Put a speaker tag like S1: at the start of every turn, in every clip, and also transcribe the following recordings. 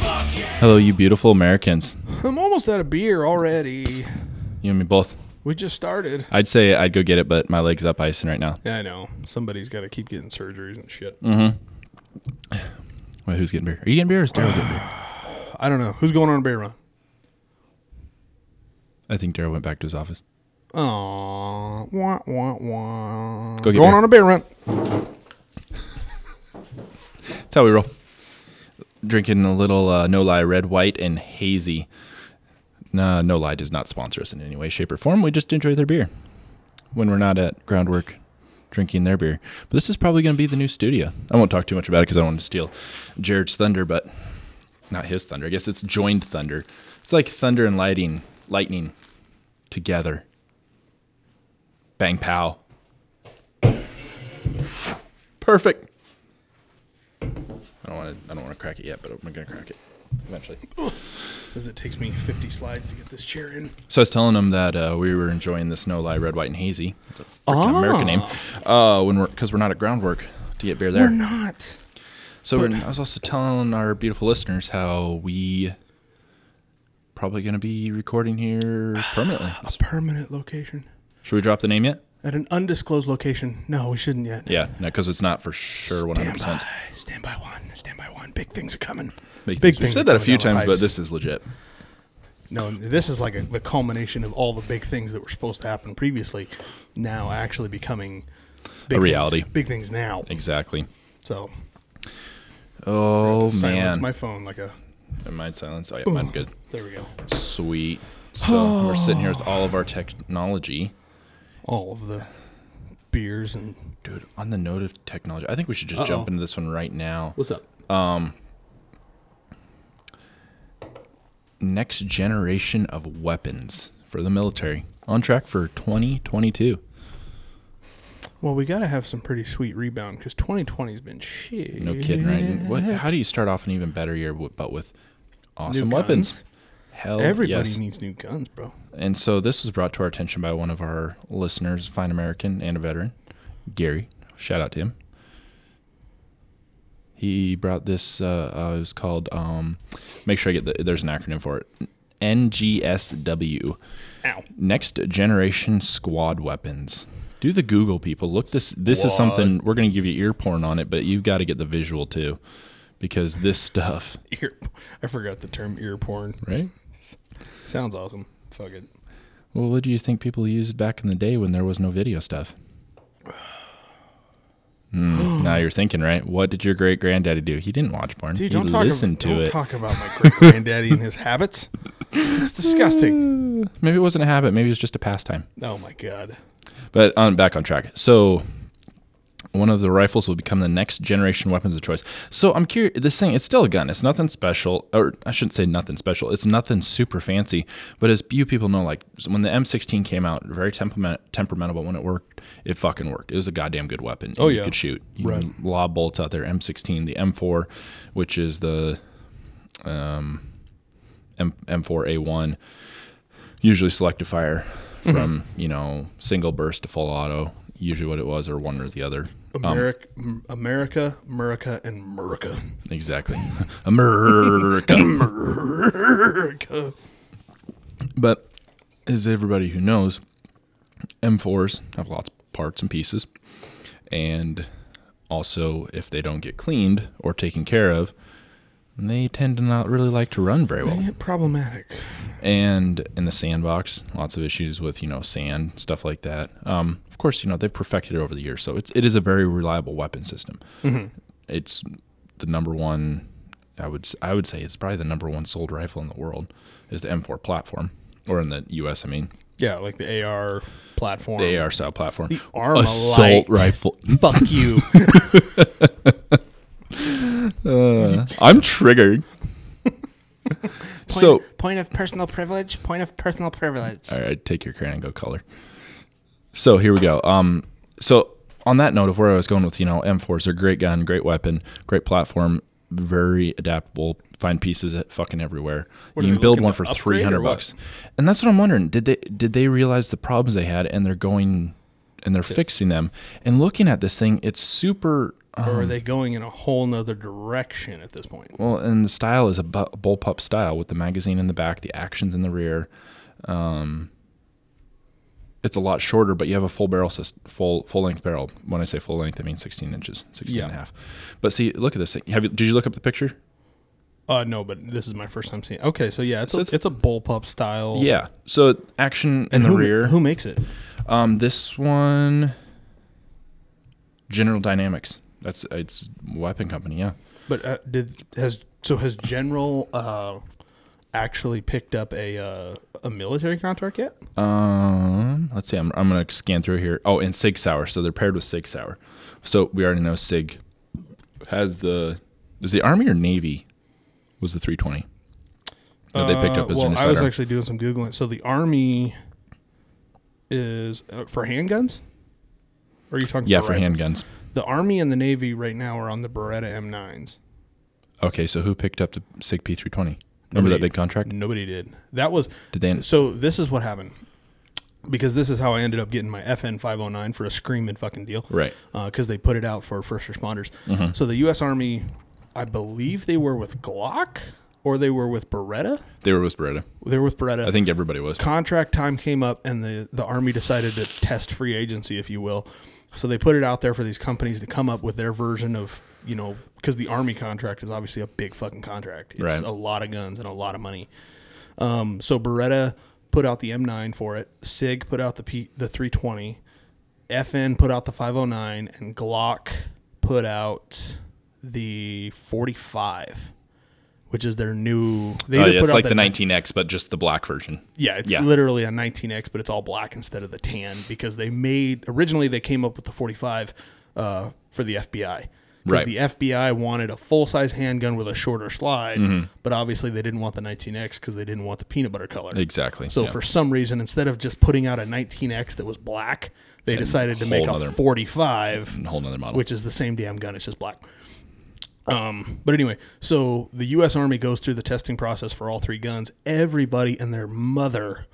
S1: Hello, you beautiful Americans.
S2: I'm almost out of beer already.
S1: You and me both.
S2: We just started.
S1: I'd say I'd go get it, but my leg's up icing right now.
S2: Yeah, I know. Somebody's got to keep getting surgeries and shit.
S1: Mm. Wait, who's getting beer? Are you getting beer or is Daryl getting beer?
S2: I don't know. Who's going on a beer run?
S1: I think Daryl went back to his office.
S2: Aw, wah, wah, wah.
S1: Go get
S2: going
S1: beer.
S2: on a beer run.
S1: That's how we roll. Drinking a little uh, No Lie Red, White, and Hazy. Nah, No Lie does not sponsor us in any way, shape, or form. We just enjoy their beer when we're not at groundwork drinking their beer. But this is probably going to be the new studio. I won't talk too much about it because I don't want to steal Jared's thunder, but not his thunder. I guess it's joined thunder. It's like thunder and lighting, lightning together. Bang pow. Perfect. I don't want to. I don't want to crack it yet, but I'm gonna crack it eventually.
S2: Because it takes me 50 slides to get this chair in.
S1: So I was telling them that uh, we were enjoying the Snow Lie Red, White, and Hazy. It's a freaking
S2: Ah.
S1: American name. Uh, when we're because we're not at groundwork to get beer there.
S2: We're not.
S1: so we're- I was also telling our beautiful listeners how we probably gonna be recording here permanently.
S2: A permanent location.
S1: Should we drop the name yet?
S2: At an undisclosed location. No, we shouldn't yet.
S1: Yeah, no, because it's not for sure 100.
S2: Stand by.
S1: percent
S2: Stand by one. Stand by one. Big things are coming.
S1: We've said that a
S2: are
S1: few
S2: coming down the
S1: times, but
S2: pipes.
S1: this is legit.
S2: No, this is like a, the culmination of all the big things that were supposed to happen previously, now actually becoming big
S1: A
S2: things-
S1: reality.
S2: big things now.
S1: Exactly.
S2: So
S1: Oh
S2: silence
S1: man,
S2: my phone like a.
S1: mine silence. Oh yeah, mine good.
S2: There we go.
S1: Sweet. So we're sitting here with all of our technology.
S2: All of the beers and
S1: Dude, on the note of technology, I think we should just jump
S2: Uh-oh.
S1: into this one right now.
S2: what's up?
S1: Next generation of weapons for the military on track for 2022.
S2: Well, we got to have some pretty sweet rebound because 2020's been shit.
S1: No kidding, right? And What, how do you start off an even better year w- but with awesome
S2: New
S1: weapons?
S2: guns.
S1: Hell
S2: Everybody
S1: Oh, yes.
S2: needs new guns, bro.
S1: And so this was brought to our attention by one of our listeners, fine American and a veteran, Gary. Shout out to him. He brought this. Uh, uh, it was called. Um, make sure I get the. There's an acronym for it. NGSW,
S2: Ow.
S1: Next Generation Squad Weapons. Do the Google people look this? This is something we're gonna give you ear porn on it, but you've got to get the visual too, because this stuff,
S2: Ear, I forgot the term ear porn.
S1: right?
S2: Sounds awesome. Fuck it.
S1: Well, what do you think people used back in the day when there was no video stuff? Mm, now you're thinking, right? What did your great granddaddy do? He didn't watch porn.
S2: Dude,
S1: he
S2: don't talk,
S1: listened to
S2: about, don't
S1: it.
S2: talk about my great granddaddy and his habits. It's disgusting.
S1: Maybe it wasn't a habit. Maybe it was just a pastime.
S2: Oh my god.
S1: But on back on track. So one of the rifles will become the next generation weapons of choice. So I'm curious. This thing, it's still a gun. It's nothing special, or I shouldn't say nothing special. It's nothing super fancy. But as you people know, like when the M16 came out, very temperament, temperamental, but when it worked, it fucking worked. It was a goddamn good weapon. Oh
S2: yeah.
S1: you could shoot. You
S2: Right.
S1: can lob bolts out there. M16, the M4, which is the um, M- M4A1 usually selective fire from you know single burst to full auto usually what it was or one or the other
S2: America, m America, America, and America.
S1: exactly america
S2: America.
S1: but as everybody who knows m4s have lots of parts and pieces and also if they don't get cleaned or taken care of they tend to not really like to run very well
S2: Dang it, Problematic.
S1: and in the sandbox, lots of issues with you know sand stuff like that. Um, of course, you know they've perfected it over the years, so it's it is a very reliable weapon system. It's the number one. I would s- I would say it's probably the number one sold rifle in the world is the M4 platform, or in the U.S. I mean
S2: Yeah, like the AR platform.
S1: the AR style platform. The
S2: Armalite.
S1: assault rifle.
S2: Fuck you.
S1: I'm triggered. so
S3: point of personal privilege. Point of personal privilege.
S1: All right, take your crayon and go color. So here we go. Um, so on that note of where I was going with, you know, M4s are great gun, great weapon, great platform, very adaptable. Find pieces at fucking everywhere.
S2: are
S1: you can
S2: they
S1: build
S2: looking
S1: one
S2: to
S1: for
S2: upgrade
S1: three hundred
S2: or what?
S1: bucks, and that's what I'm wondering. Did they did they realize the problems they had and they're going and they're fixing them? And looking at this thing, it's super
S2: or are they going in a whole nother direction at this point?
S1: Well, and the style is a bu- bullpup style with the magazine in the back, the actions in the rear. Um, it's a lot shorter, but you have a full barrel, sys- full full length barrel. When I say full length, I mean 16 inches, 16 and a
S2: Yeah.
S1: half. But see, look at this thing. Have you, did you look up the picture?
S2: Uh, no, but this is my first time seeing. Okay, so yeah, it's
S1: So
S2: a,
S1: it's-
S2: it's a bullpup style.
S1: Yeah. So action in
S2: Oh. and
S1: the
S2: who,
S1: rear.
S2: Who makes it?
S1: Um, this one, General Dynamics. That's it's a weapon company. Yeah.
S2: But uh, did has so has General uh, actually picked up a uh, a military contract yet?
S1: Um, let's see. I'm, I'm gonna scan through here. Oh, and Sig Sauer. So they're paired with Sig Sauer. So we already know Sig has the is the Army or Navy was the 320 that they picked
S2: Uh,
S1: up as
S2: well,
S1: an
S2: I was
S1: interceptor.
S2: actually doing some googling. So the army is uh, for handguns. Or are you talking?
S1: yeah, for
S2: rifles?
S1: handguns.
S2: The army and the navy right now are on the Beretta M9s.
S1: Okay, so who picked up the Sig P320? Remember that
S2: Nobody-
S1: big contract?
S2: Nobody did. That was
S1: Did they?
S2: so. This is what happened because this is how I ended up getting my FN 509 for a screaming fucking deal,
S1: Right. Mm-hmm.
S2: Because they put it out for first responders. So the U.S. Army, I believe they were with Glock or they were with Beretta.
S1: They were with Beretta.
S2: They were with Beretta.
S1: I think everybody was. Uh,
S2: contract time came up and the, the army decided to test free agency if you will so they put it out there for these companies to come up with their version of you know because the army contract is obviously a big fucking contract it's
S1: Right.
S2: a lot of guns and a lot of money um, so beretta put out the m9 for it sig put out the P, the 320 fn put out the 509 and glock put out the 45 which is their new they
S1: Oh,
S2: either
S1: yeah,
S2: put
S1: it's
S2: out
S1: like the
S2: the
S1: 19X, but just the black version.
S2: yeah, it's
S1: Yeah.
S2: literally a 19x, but it's all black instead of the tan because they made originally they came up with the 45 uh, for the FBI because
S1: Right.
S2: the FBI wanted a full size handgun with a shorter slide,
S1: Mm-hmm.
S2: but obviously they didn't want the 19x because they didn't want the peanut butter color.
S1: Exactly.
S2: So
S1: yeah.
S2: for some reason, instead of just putting out a 19x that was black, they decided to
S1: whole
S2: make
S1: nother-
S2: a 45
S1: a whole nother model.
S2: which is the same damn gun. It's just black. Um, but anyway, so the U.S. Army goes through the testing process for all three guns. Everybody and their mother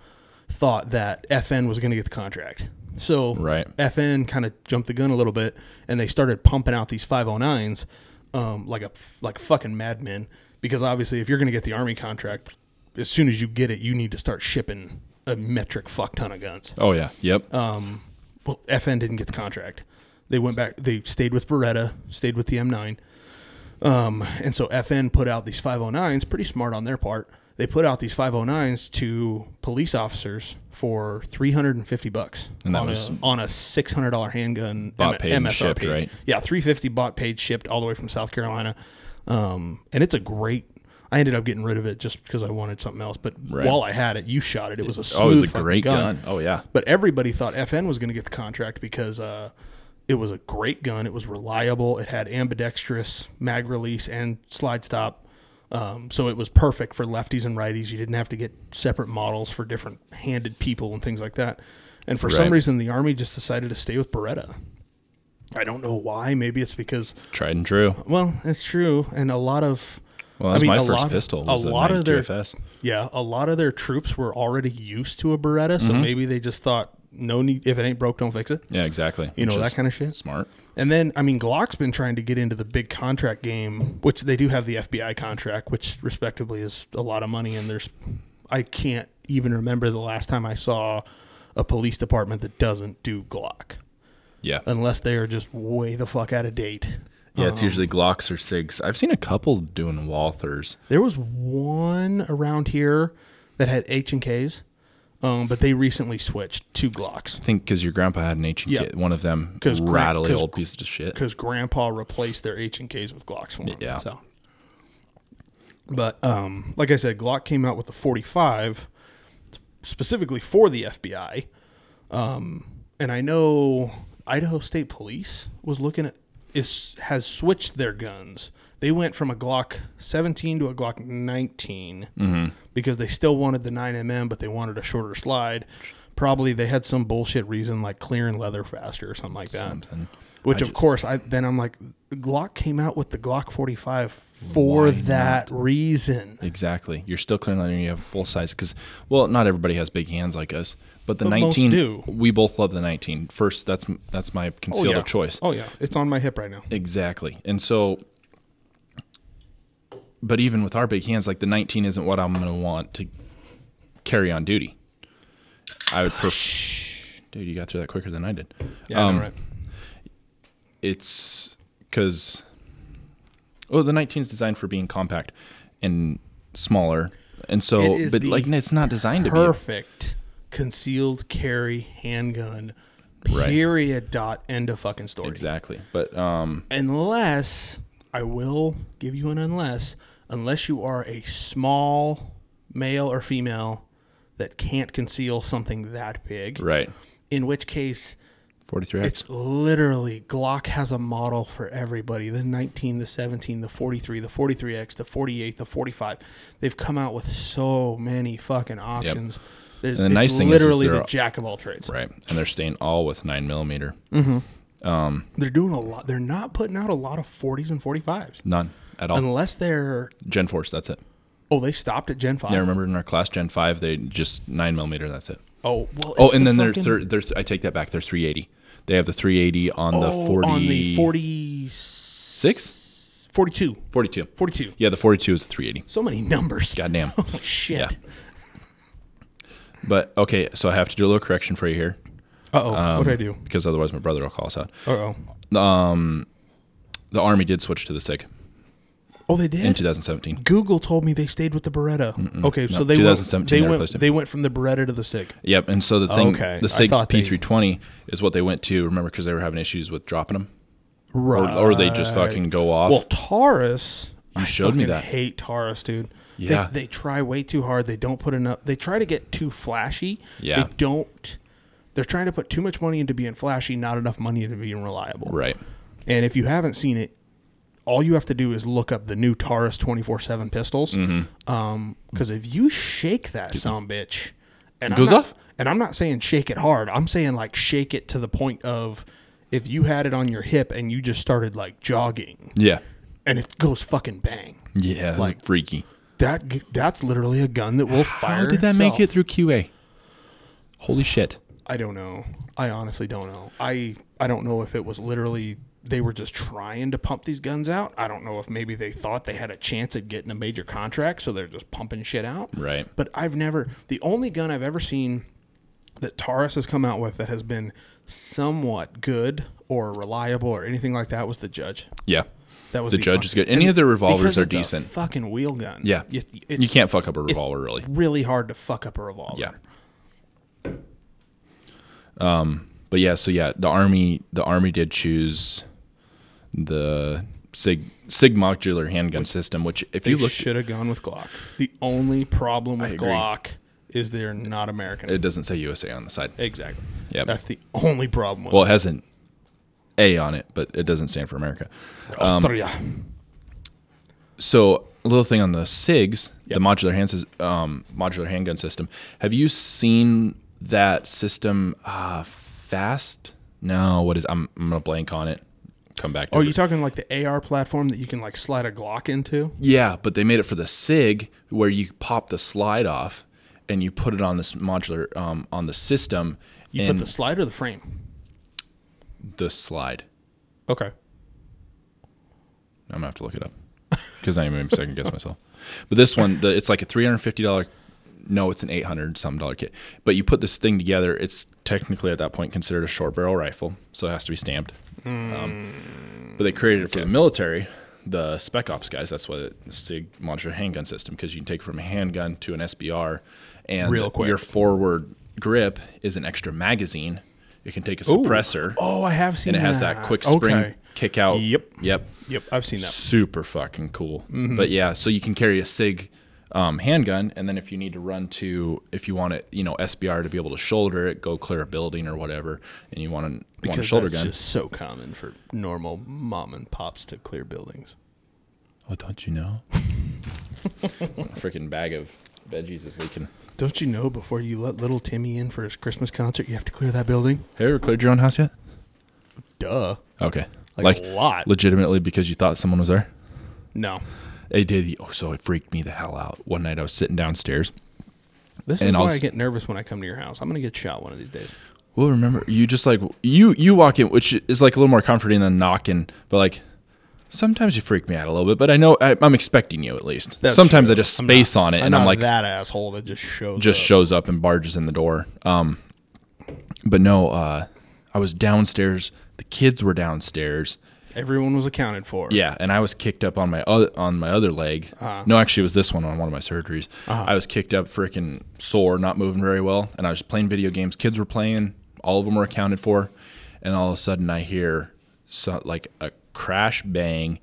S2: thought that FN was going to get the contract. So
S1: Right.
S2: FN kind of jumped the gun a little bit, and they started pumping out these 509s um, like a like fucking madmen. Because obviously, if you're going to get the Army contract, as soon as you get it, you need to start shipping a metric fuck ton of guns
S1: oh yeah. Yep.
S2: um, well, FN didn't get the contract. They went back. They stayed with Beretta, stayed with the M9, um, and so FN put out these 509s. Pretty smart on their part. They put out these 509s to police officers for 350 bucks
S1: And that
S2: on,
S1: was-
S2: a, on a $600 handgun
S1: Bought,
S2: M-
S1: paid, and shipped, right?
S2: Yeah, 350 bought, paid, shipped all the way from South Carolina, um, and it's a great. I ended up getting rid of it just because I wanted something else. But
S1: Right.
S2: while I had it, you shot it. It was a smooth
S1: oh, it was a
S2: fucking
S1: great
S2: gun.
S1: gun. Oh yeah.
S2: But everybody thought FN was going to get the contract because uh, it was a great gun. It was reliable. It had ambidextrous mag release and slide stop. Um, so it was perfect for lefties and righties. You didn't have to get separate models for different handed people and things like that. And for some
S1: Right.
S2: reason, the Army just decided to stay with Beretta. I don't know why. Maybe it's because,
S1: Tried and true.
S2: well, it's true. And a lot of.
S1: Well, that was
S2: I mean,
S1: my
S2: a
S1: first
S2: lot-
S1: pistol.
S2: a
S1: Was a
S2: lot of their-
S1: GFS.
S2: Yeah, a lot of their troops were already used to a Beretta, so maybe they just thought, no need if it ain't broke, don't fix it.
S1: Yeah, exactly.
S2: You know, that kind of shit.
S1: smart.
S2: And then, I mean, Glock's been trying to get into the big contract game, which they do have the FBI contract, which respectively is a lot of money. And there's, I can't even remember the last time I saw a police department that doesn't do Glock,
S1: Yeah,
S2: unless they are just way the fuck out of date.
S1: yeah.
S2: Uh-huh.
S1: It's usually Glocks or Sigs. I've seen a couple doing Walthers.
S2: There was one around here that had H and K's, um, but they recently switched to Glocks.
S1: I think because your grandpa had an H and
S2: Yeah.
S1: K, one of them
S2: 'Cause gra-
S1: rattly
S2: 'cause-
S1: old pieces of shit.
S2: because grandpa replaced their H and K's with Glocks for him.
S1: Yeah.
S2: So, but um, like I said, Glock came out with the 45 specifically for the FBI, um, and I know Idaho State Police was looking at is has switched their guns. They went from a Glock 17 to a Glock 19
S1: Mm-hmm.
S2: because they still wanted the 9mm, but they wanted a shorter slide. Probably they had some bullshit reason like clearing leather faster or something like that.
S1: Something.
S2: Which
S1: I
S2: of course I then I'm like Glock came out with the Glock 45 for that reason.
S1: Exactly. You're still clearing leather. and You have full size because well, not everybody has big hands like us. But the
S2: But most
S1: 19,
S2: do.
S1: we both love the 19. First, that's that's my
S2: Oh,
S1: concealed
S2: yeah.
S1: of choice.
S2: Oh yeah, it's on my hip right now.
S1: Exactly. And so, but even with our big hands, like the 19 isn't what I'm going to want to carry on duty. I would prefer. Dude, you got through that quicker than I did.
S2: Yeah, I know,
S1: Um,
S2: right.
S1: It's because, oh, the 19 is designed for being compact and smaller. And so,
S2: It is
S1: but
S2: the
S1: like, it's not designed to be.
S2: perfect concealed carry handgun.
S1: Right.
S2: Period. Dot. End of fucking story.
S1: Exactly. But, um,
S2: Unless I will give you an unless, unless you are a small male or female that can't conceal something that big.
S1: right.
S2: In which case,
S1: 43
S2: it's literally Glock has a model for everybody. The 19, the 17, the 43, the 43X, the 48, the 45. They've come out with so many fucking options. There's
S1: And the
S2: it's
S1: nice thing is- is
S2: literally
S1: they're
S2: the
S1: all-
S2: jack of all trades.
S1: Right. And they're staying all with 9 millimeter.
S2: Mm. They're doing a lot. They're not putting out a lot of 40s and 45s
S1: None at all.
S2: unless they're
S1: Gen Force, that's it.
S2: oh they stopped at Gen 5.
S1: Yeah, I remember in our class Gen Five, they just nine millimeter. That's it.
S2: Oh well.
S1: Oh,
S2: it's
S1: and
S2: the
S1: then
S2: fucking-
S1: they're, thir- they're I take that back. They're three eighty. They have the three eighty on the
S2: oh,
S1: forty
S2: on the 46,
S1: six.
S2: 42,
S1: 42.
S2: 42.
S1: Yeah, the forty two is the three eighty.
S2: So many numbers.
S1: Goddamn.
S2: Holy shit.
S1: Yeah. But okay, so I have to do a little correction for you here
S2: Uh oh. what did I do?
S1: because otherwise my brother will call us out.
S2: Uh oh.
S1: The army did switch to the SIG
S2: Oh, they did.
S1: in 2017.
S2: Google told me they stayed with the Beretta. okay, so
S1: No,
S2: they
S1: 2017
S2: went, they
S1: they
S2: went
S1: replaced it.
S2: they went from the Beretta to the Sig.
S1: Yep, and so the thing,
S2: Okay, I
S1: the SIG
S2: thought they-
S1: P320 is what they went to. Remember, because they were having issues with dropping them, or, or they just fucking go off.
S2: Uh, Well, Taurus.
S1: You
S2: I
S1: showed me
S2: fucking
S1: that.
S2: Hate Taurus, dude. They-
S1: Yeah.
S2: They, try way too hard. They don't put enough. They try to get too flashy.
S1: Yeah.
S2: They don't. They're trying to put too much money into being flashy, not enough money into being reliable.
S1: right.
S2: And if you haven't seen it, all you have to do is look up the new Taurus 24 7 pistols. Because
S1: Mm-hmm.
S2: if you shake that some bitch, and
S1: It goes
S2: I'm not,
S1: off?
S2: And I'm not saying shake it hard. I'm saying like shake it to the point of if you had it on your hip and you just started like jogging
S1: Yeah.
S2: and it goes fucking bang.
S1: Yeah.
S2: Like-
S1: Like freaky.
S2: That g- that's literally a gun that will fire.
S1: How did that
S2: itself.
S1: make it through QA? Holy shit.
S2: I don't know. I honestly don't know. I I don't know if it was literally they were just trying to pump these guns out. I don't know if maybe they thought they had a chance at getting a major contract, so they're just pumping shit out.
S1: Right.
S2: But I've never the only gun I've ever seen that Taurus has come out with that has been somewhat good or reliable or anything like that was the Judge.
S1: Yeah.
S2: That was
S1: The Judge is good. Any of their revolvers
S2: because
S1: are
S2: it's a
S1: decent.
S2: fucking wheel gun.
S1: Yeah.
S2: You, it's
S1: You can't fuck up a revolver really.
S2: really hard to fuck up a revolver.
S1: Yeah. Um Um, but yeah, so yeah, the army the army did choose the Sig Sig modular handgun system, which if you
S2: You
S1: look
S2: should have gone with Glock. The only problem with
S1: agree.
S2: Glock is they're not American.
S1: it doesn't say USA on the side.
S2: exactly.
S1: Yep.
S2: That's the only problem with
S1: Well, it has an A on it, but it doesn't stand for America.
S2: it.
S1: um,
S2: Austria.
S1: So, a little thing on the SIGs,
S2: Yep.
S1: the modular hand sys- um, modular handgun system. Have you seen that system? Uh, fast? No. What is? I'm I'm gonna blank on it. Come back. To
S2: oh,
S1: it.
S2: you talking like the AR platform that you can like slide a Glock into?
S1: Yeah, but they made it for the SIG where you pop the slide off and you put it on this modular um, on the system
S2: You
S1: and
S2: put the slide or the frame?
S1: the slide.
S2: Okay.
S1: I'm gonna have to look it up because I even second guess myself. But this one, the, it's like a three hundred fifty dollar. No, it's an eight hundred some dollar kit. But you put this thing together. It's technically at that point considered a short barrel rifle, so it has to be stamped. Um, but they created it for the military, the Spec Ops guys. That's why the Sig modular handgun system because you can take from a handgun to an SBR, and
S2: Real quick.
S1: your forward grip is an extra magazine. It can take a suppressor,
S2: Oh, I have seen
S1: and it
S2: that.
S1: has that quick spring
S2: Okay.
S1: kick out.
S2: Yep.
S1: Yep
S2: Yep, I've seen that.
S1: super fucking cool.
S2: Mm-hmm.
S1: But yeah, so you can carry a Sig um, handgun, and then if you need to run to, if you want it, you know, SBR to be able to shoulder it, go clear a building or whatever, and you want, an, want a
S2: Because
S1: shoulder
S2: that's
S1: gun.
S2: just so common for normal mom and pops to clear buildings.
S1: oh, don't you know? Freaking bag of veggies is leaking.
S2: Don't you know before you let little Timmy in for his Christmas concert, you have to clear that building?
S1: Have you ever cleared your own house yet?
S2: Duh.
S1: Okay,
S2: Like, a lot.
S1: legitimately because you thought someone was there.
S2: No.
S1: It did. Oh, so it freaked me the hell out. One night I was sitting downstairs
S2: This is
S1: And
S2: why
S1: I'll
S2: I
S1: s-
S2: get nervous when I come to your house. I'm gonna get shot one of these days.
S1: Well, remember, you just like you you walk in, which is like a little more comforting than knocking. But like sometimes you freak me out a little bit. But I know I, I'm expecting you at least.
S2: That's
S1: sometimes
S2: true.
S1: I just
S2: I'm
S1: space
S2: not-
S1: on it, and
S2: not
S1: I'm like
S2: that asshole that just shows
S1: just
S2: up.
S1: shows up and barges in the door. Um, but no, uh, I was downstairs. The kids were downstairs.
S2: Everyone was accounted for.
S1: Yeah, and I was kicked up on my other on my other leg.
S2: Uh-huh.
S1: No, actually, it was this one on one of my surgeries. I was kicked up, freaking sore, not moving very well, and I was playing video games. Kids were playing, all of them were accounted for, and all of a sudden I hear so, like a crash bang,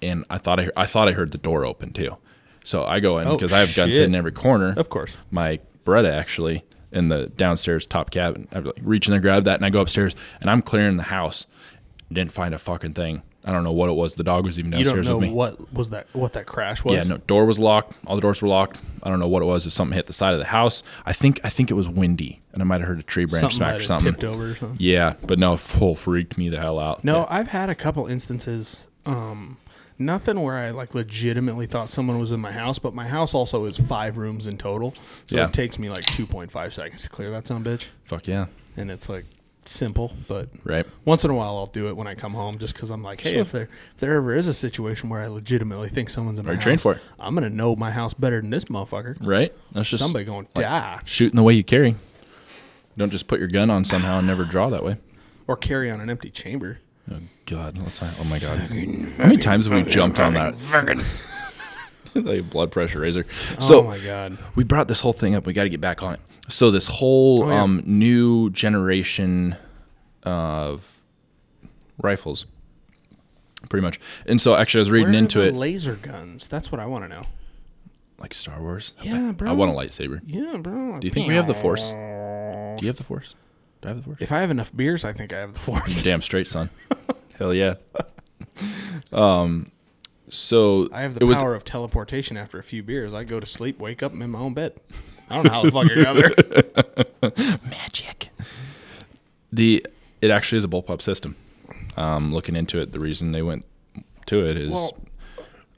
S1: and I thought I hear- I thought I heard the door open too. So I go in
S2: Oh,
S1: because I have guns
S2: shit.
S1: hidden in every corner.
S2: Of course.
S1: my Beretta actually in the downstairs top cabin. I like reach in there, grab that, and I go upstairs and I'm clearing the house. Didn't find a fucking thing. I don't know what it was. The dog was even
S2: You don't
S1: downstairs
S2: know
S1: with me.
S2: what was that? What that crash was?
S1: yeah, no door was locked. All the doors were locked. I don't know what it was. If something hit the side of the house, I think I think it was windy, and I might have heard a tree branch
S2: Something
S1: smack
S2: might
S1: or
S2: have
S1: something.
S2: tipped over or something.
S1: Yeah, but no, full freaked me the hell out.
S2: No, I've had a couple instances. Um, nothing where I like legitimately thought someone was in my house, but my house also is five rooms in total, so
S1: Yeah.
S2: it takes me like two point five seconds to clear that son of a bitch,
S1: fuck yeah,
S2: and it's like simple. But
S1: right?
S2: once in a while, I'll do it when I come home, just because I'm like, hey,
S1: Sure.
S2: if there if there ever is a situation where I legitimately think someone's in my
S1: you
S2: house,
S1: trained for it?
S2: I'm gonna know my house better than this motherfucker.
S1: Right? That's just
S2: Somebody gonna die
S1: shooting the way you carry. Don't just put your gun on somehow and never draw that way.
S2: or carry on an empty chamber.
S1: Oh God, let's not, oh my God. How many times have we jumped on that? like a blood pressure razor. So
S2: oh my god,
S1: we brought this whole thing up. We got to get back on it. So this whole
S2: Oh, yeah.
S1: um, new generation of rifles, pretty much. And so actually, I was reading
S2: Where are
S1: into
S2: the
S1: it,
S2: Laser guns. That's what I want to know.
S1: like Star Wars.
S2: Yeah,
S1: I- I
S2: bro.
S1: want a lightsaber.
S2: Yeah, bro.
S1: Do you think we have the Force? Do you have the Force? Do I have the Force?
S2: If I have enough beers, I think I have the force.
S1: Damn straight, son. Hell yeah. Um, so
S2: I have
S1: it
S2: the
S1: was
S2: power of teleportation after a few beers. I go to sleep, wake up, I'm in my own bed. I don't know how the fuck I got there.
S1: magic. The it actually is a bullpup system. Um, looking into it, the reason they went to it is
S2: Well,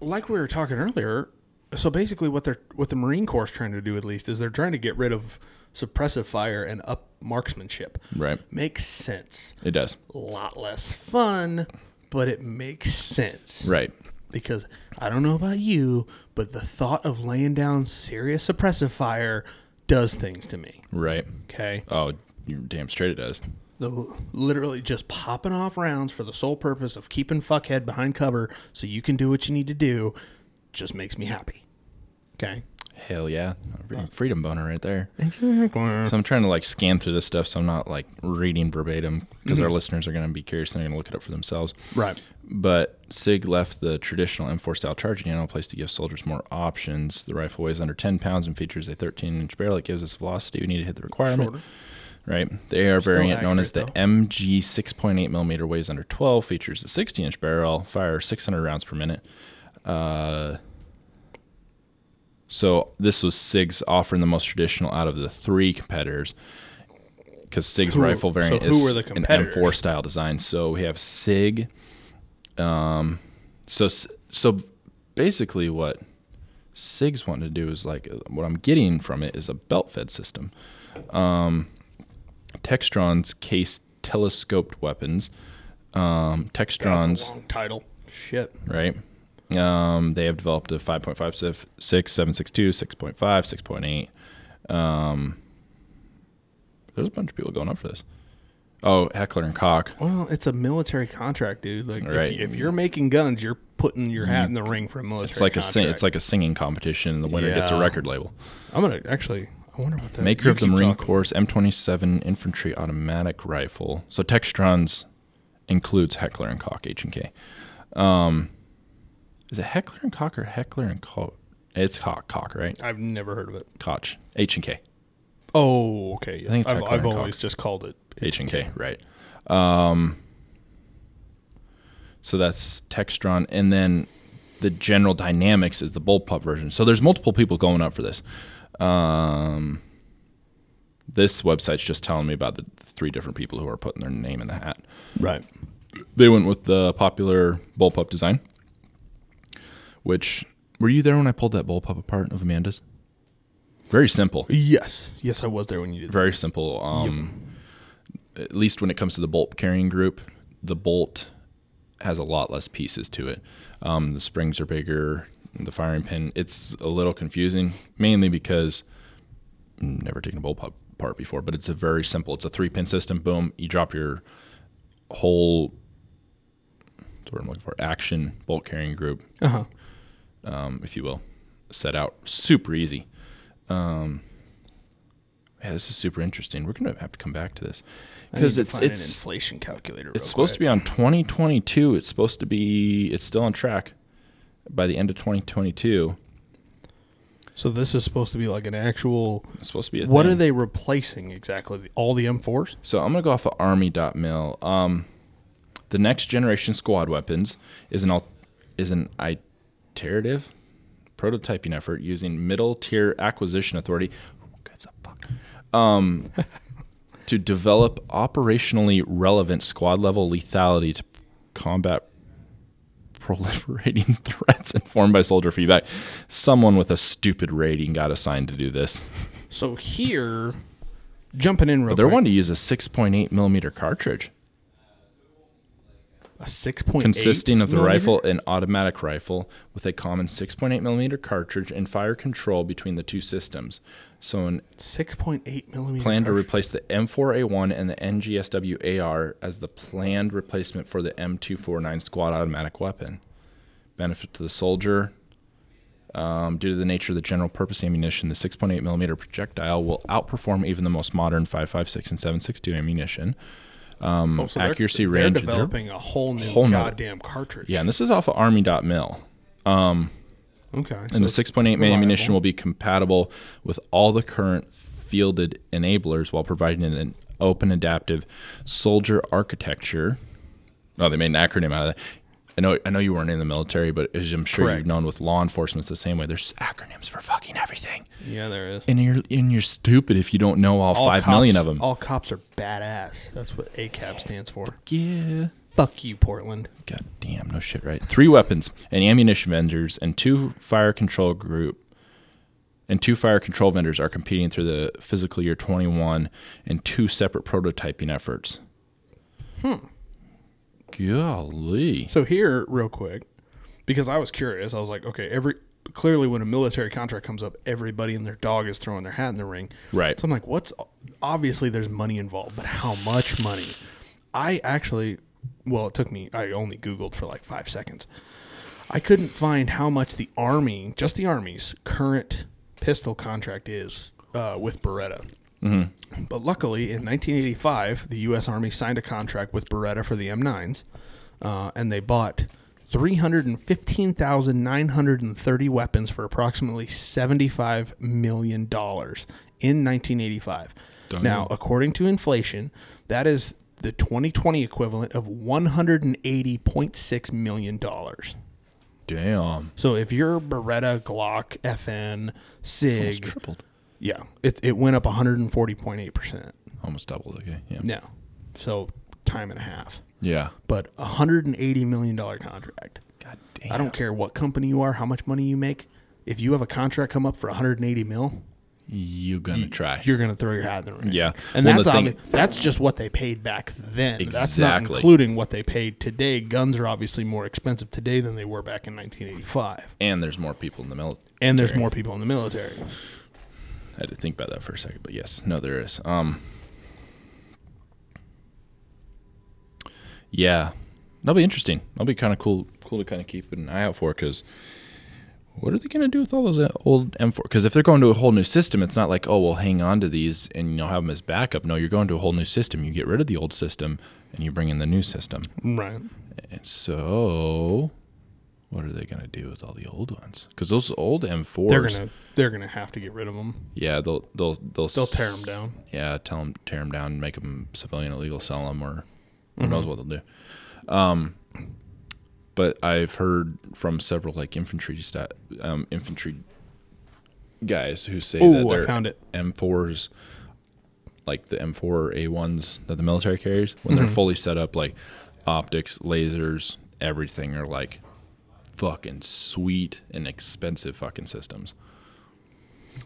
S2: like we were talking earlier, so basically what they're what the Marine Corps is trying to do at least is they're trying to get rid of suppressive fire and up marksmanship.
S1: right.
S2: Makes sense.
S1: It does
S2: A lot less fun, but it makes sense.
S1: right.
S2: because I don't know about you, but the thought of laying down serious suppressive fire does things to me.
S1: Right.
S2: Okay,
S1: Oh, you're damn straight it does.
S2: the literally just popping off rounds for the sole purpose of keeping fuckhead behind cover so you can do what you need to do, just makes me happy. Okay,
S1: Hell yeah, A freaking freedom boner right there.
S2: exactly.
S1: So I'm trying to like scan through this stuff, so I'm not like reading verbatim because our listeners are going to be curious and they're going to look it up for themselves.
S2: Right.
S1: But Sig left the traditional M4 style charging handle, a place to give soldiers more options. The rifle weighs under 10 pounds and features a 13 inch barrel that gives us velocity we need to hit the requirement.
S2: Shorter.
S1: Right. The AR variant known as the
S2: accurate,
S1: MG 6.8 millimeter weighs under 12, features a 16 inch barrel, fire 600 rounds per minute. Uh, so this was Sig's offering the most traditional out of the three competitors because Sig's
S2: Who-
S1: rifle
S2: so
S1: variant
S2: who
S1: is
S2: were the
S1: an
S2: competitors?
S1: M4 style design. So we have Sig. Um, so S- so basically, what Sig's wanting to do is like what I'm getting from it is a belt fed system. Um, Textron's case telescoped weapons. Um,
S2: That's
S1: Textron's
S2: a long title. Shit.
S1: right? Um, they have developed a 5.56, 762, 6.5, 6.8. Um, there's a bunch of people going up for this. Oh, Heckler and Koch.
S2: Well, it's a military contract, dude. Like,
S1: Right.
S2: if, if you're making guns, you're putting your hat in the ring for a military.
S1: It's like a sing,
S2: contract.
S1: it's like a singing competition, and the winner gets a
S2: Yeah.
S1: record label.
S2: I'm gonna actually. I wonder what that.
S1: Maker
S2: you
S1: of the
S2: keep
S1: Marine
S2: talking.
S1: Corps M27 infantry automatic rifle. So Textron's includes Heckler and Koch H and K. Um, is it Heckler and Koch or Heckler and Koch? It's Koch, Koch, right?
S2: I've never heard of it.
S1: Koch, H and K.
S2: Oh, okay. Yeah.
S1: I think it's
S2: I've,
S1: Heckler
S2: I've
S1: and
S2: always
S1: Koch.
S2: just called it.
S1: H and K, right? Um, so that's Textron, and then the General Dynamics is the bullpup version. So there's multiple people going up for this. Um, this website's just telling me about the three different people who are putting their name in the hat.
S2: Right.
S1: They went with the popular bullpup design, which were you there when I pulled that bullpup apart of Amanda's? Very simple.
S2: Yes, yes, I was there when you did. that.
S1: Very simple. Um, At least when it comes to the bolt carrying group, the bolt has a lot less pieces to it. Um, the springs are bigger. The firing pin. It's a little confusing, mainly because I've never taken a bolt pop- apart before. But it's a very simple. It's a three pin system. Boom. You drop your whole. That's what I'm looking for. Action bolt carrying group
S2: Uh-huh.
S1: um, if you will, set out. Super easy. Um, yeah, this is super interesting. We're gonna have to come back to this
S2: I need
S1: because
S2: to
S1: it's
S2: find an
S1: it's
S2: inflation calculator.
S1: it's supposed to be on 2022. It's supposed to be it's still on track by the end of 2022.
S2: be. So this is supposed to be like an actual.
S1: It's supposed to be a
S2: What
S1: thing.
S2: are they replacing exactly? All the M4s?
S1: So I'm gonna go off of Army.mil. Um, the next generation squad weapons is an al- is an iterative prototyping effort using middle tier acquisition authority. Who gives a fuck? Um, to develop operationally relevant squad level lethality to combat proliferating threats informed by soldier feedback. Someone with a stupid rating got assigned to do this.
S2: So here, jumping in real
S1: They're
S2: quick.
S1: wanting to use a 6.8 millimeter cartridge.
S2: a six point
S1: consisting of the rifle and automatic rifle with a common 6.8 millimeter cartridge and fire control between the two systems. So, an
S2: Six point eight millimeter.
S1: plan to
S2: cartridge.
S1: replace the M4A1 and the NGSW AR as the planned replacement for the M249 squad automatic weapon. Benefit to the soldier. Um, due to the nature of the general purpose ammunition, the 6.8 millimeter projectile will outperform even the most modern 5.56 and 7.62 ammunition.
S2: Oh, so they're-
S1: accuracy
S2: they're
S1: range, they're-
S2: developing a whole new
S1: whole nother-
S2: goddamn cartridge.
S1: Yeah, and this is off of army.mil.
S2: Okay. so
S1: and the
S2: it's
S1: 6.8 man ammunition
S2: reliable.
S1: will be compatible with all the current fielded enablers while providing an open adaptive soldier architecture oh they made an acronym out of that i know i know you weren't in the military but as i'm sure
S2: Correct.
S1: you've known with law enforcement it's the same way there's acronyms for fucking everything
S2: Yeah, there is.
S1: and you're and you're stupid if you don't know all,
S2: All
S1: five
S2: cops-
S1: million of them
S2: All cops are badass. That's what ACAB stands for.
S1: yeah
S2: Fuck you, Portland.
S1: God damn, no shit, right? Three weapons, and ammunition vendors, and two fire control group, and two fire control vendors are competing through the physical year 21 and two separate prototyping efforts. Hmm. Golly.
S2: So here, real quick, because I was curious, I was like, okay, every clearly when a military contract comes up, everybody and their dog is throwing their hat in the ring.
S1: Right.
S2: So I'm like, what's obviously there's money involved, but how much money? I actually, well, it took me. I only Googled for like five seconds. I couldn't find how much the army, just the army's current pistol contract is uh, with Beretta. But luckily, in 1985, the U.S. Army signed a contract with Beretta for the M9s, uh, and they bought 315,930 weapons for approximately 75 million dollars in 1985.
S1: Damn.
S2: Now, according to inflation, that is the 2020 equivalent of 180.6 million dollars.
S1: Damn.
S2: So if your Beretta, Glock, FN,
S1: Almost
S2: Sig,
S1: tripled.
S2: yeah, it, it went up 140.8 percent.
S1: Almost doubled. Okay. Yeah.
S2: No. So time and a half.
S1: Yeah.
S2: But a hundred and eighty million dollar contract.
S1: God damn.
S2: I don't care what company you are, how much money you make. If you have a contract come up for 180 mil,
S1: You're going to try.
S2: you're gonna throw your hat in the ring.
S1: Yeah.
S2: and
S1: Well,
S2: that's
S1: the thing-
S2: obvi- that's just what they paid back then. That's not
S1: Exactly.
S2: including what they paid today. Guns are obviously more expensive today than they were back in 1985.
S1: And there's more people in the military.
S2: And there's more people in the military.
S1: I had to think about that for a second, but yes, no, there is. Um, yeah, that'll be interesting. That'll be kind of cool, cool to kind of keep an eye out for because what are they going to do with all those uh, old M4? Because if they're going to a whole new system, it's not like oh, well, hang on to these and you know have them as backup. No, you're going to a whole new system. You get rid of the old system and you bring in the new system.
S2: Right.
S1: And so, what are they going to do with all the old ones? Because those old M4s,
S2: They're gonna they're gonna have to get rid of them.
S1: yeah, they'll they'll they'll
S2: They'll tear 'em down.
S1: Yeah, tell them tear them down, make them civilian illegal, sell them, or
S2: Mm-hmm.
S1: who knows what they'll do. Um, but I've heard from several like infantry stat, um, infantry guys who say that
S2: Ooh, I
S1: their
S2: found it.
S1: M4s, like the M4 or A1s that the military carries, when
S2: Mm-hmm.
S1: they're fully set up, like optics, lasers, everything are like fucking sweet and expensive fucking systems.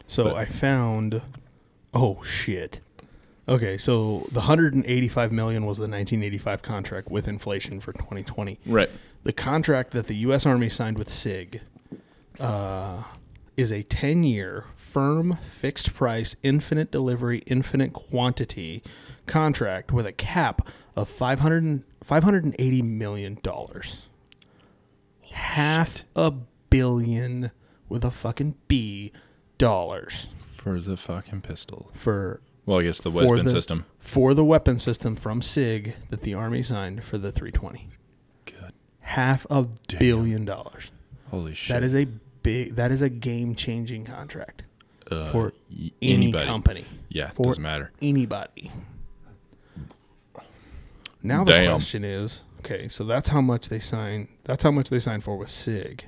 S2: So
S1: But-
S2: I found. Oh shit. Okay, so the 185 million was the 1985 contract with inflation for 2020.
S1: Right.
S2: The contract that the U.S. Army signed with SIG uh, is a 10-year firm, fixed-price, infinite delivery, infinite quantity contract with a cap of 500 and- 580 million dollars. Half a billion with a fucking B dollars
S1: For the fucking pistol.
S2: for
S1: Well, I guess the
S2: for
S1: weapon
S2: the-
S1: system.
S2: for the weapon system from SIG that the Army signed for the 320.
S1: Good.
S2: Half a billion dollars.
S1: Holy shit.
S2: That is a big. That is a game changing contract
S1: Uh,
S2: for
S1: y-
S2: any
S1: anybody.
S2: company.
S1: Yeah, it
S2: For
S1: doesn't matter.
S2: Anybody. Now the
S1: Damn.
S2: question is, okay, so that's how much they signed. That's how much they signed for with Sig.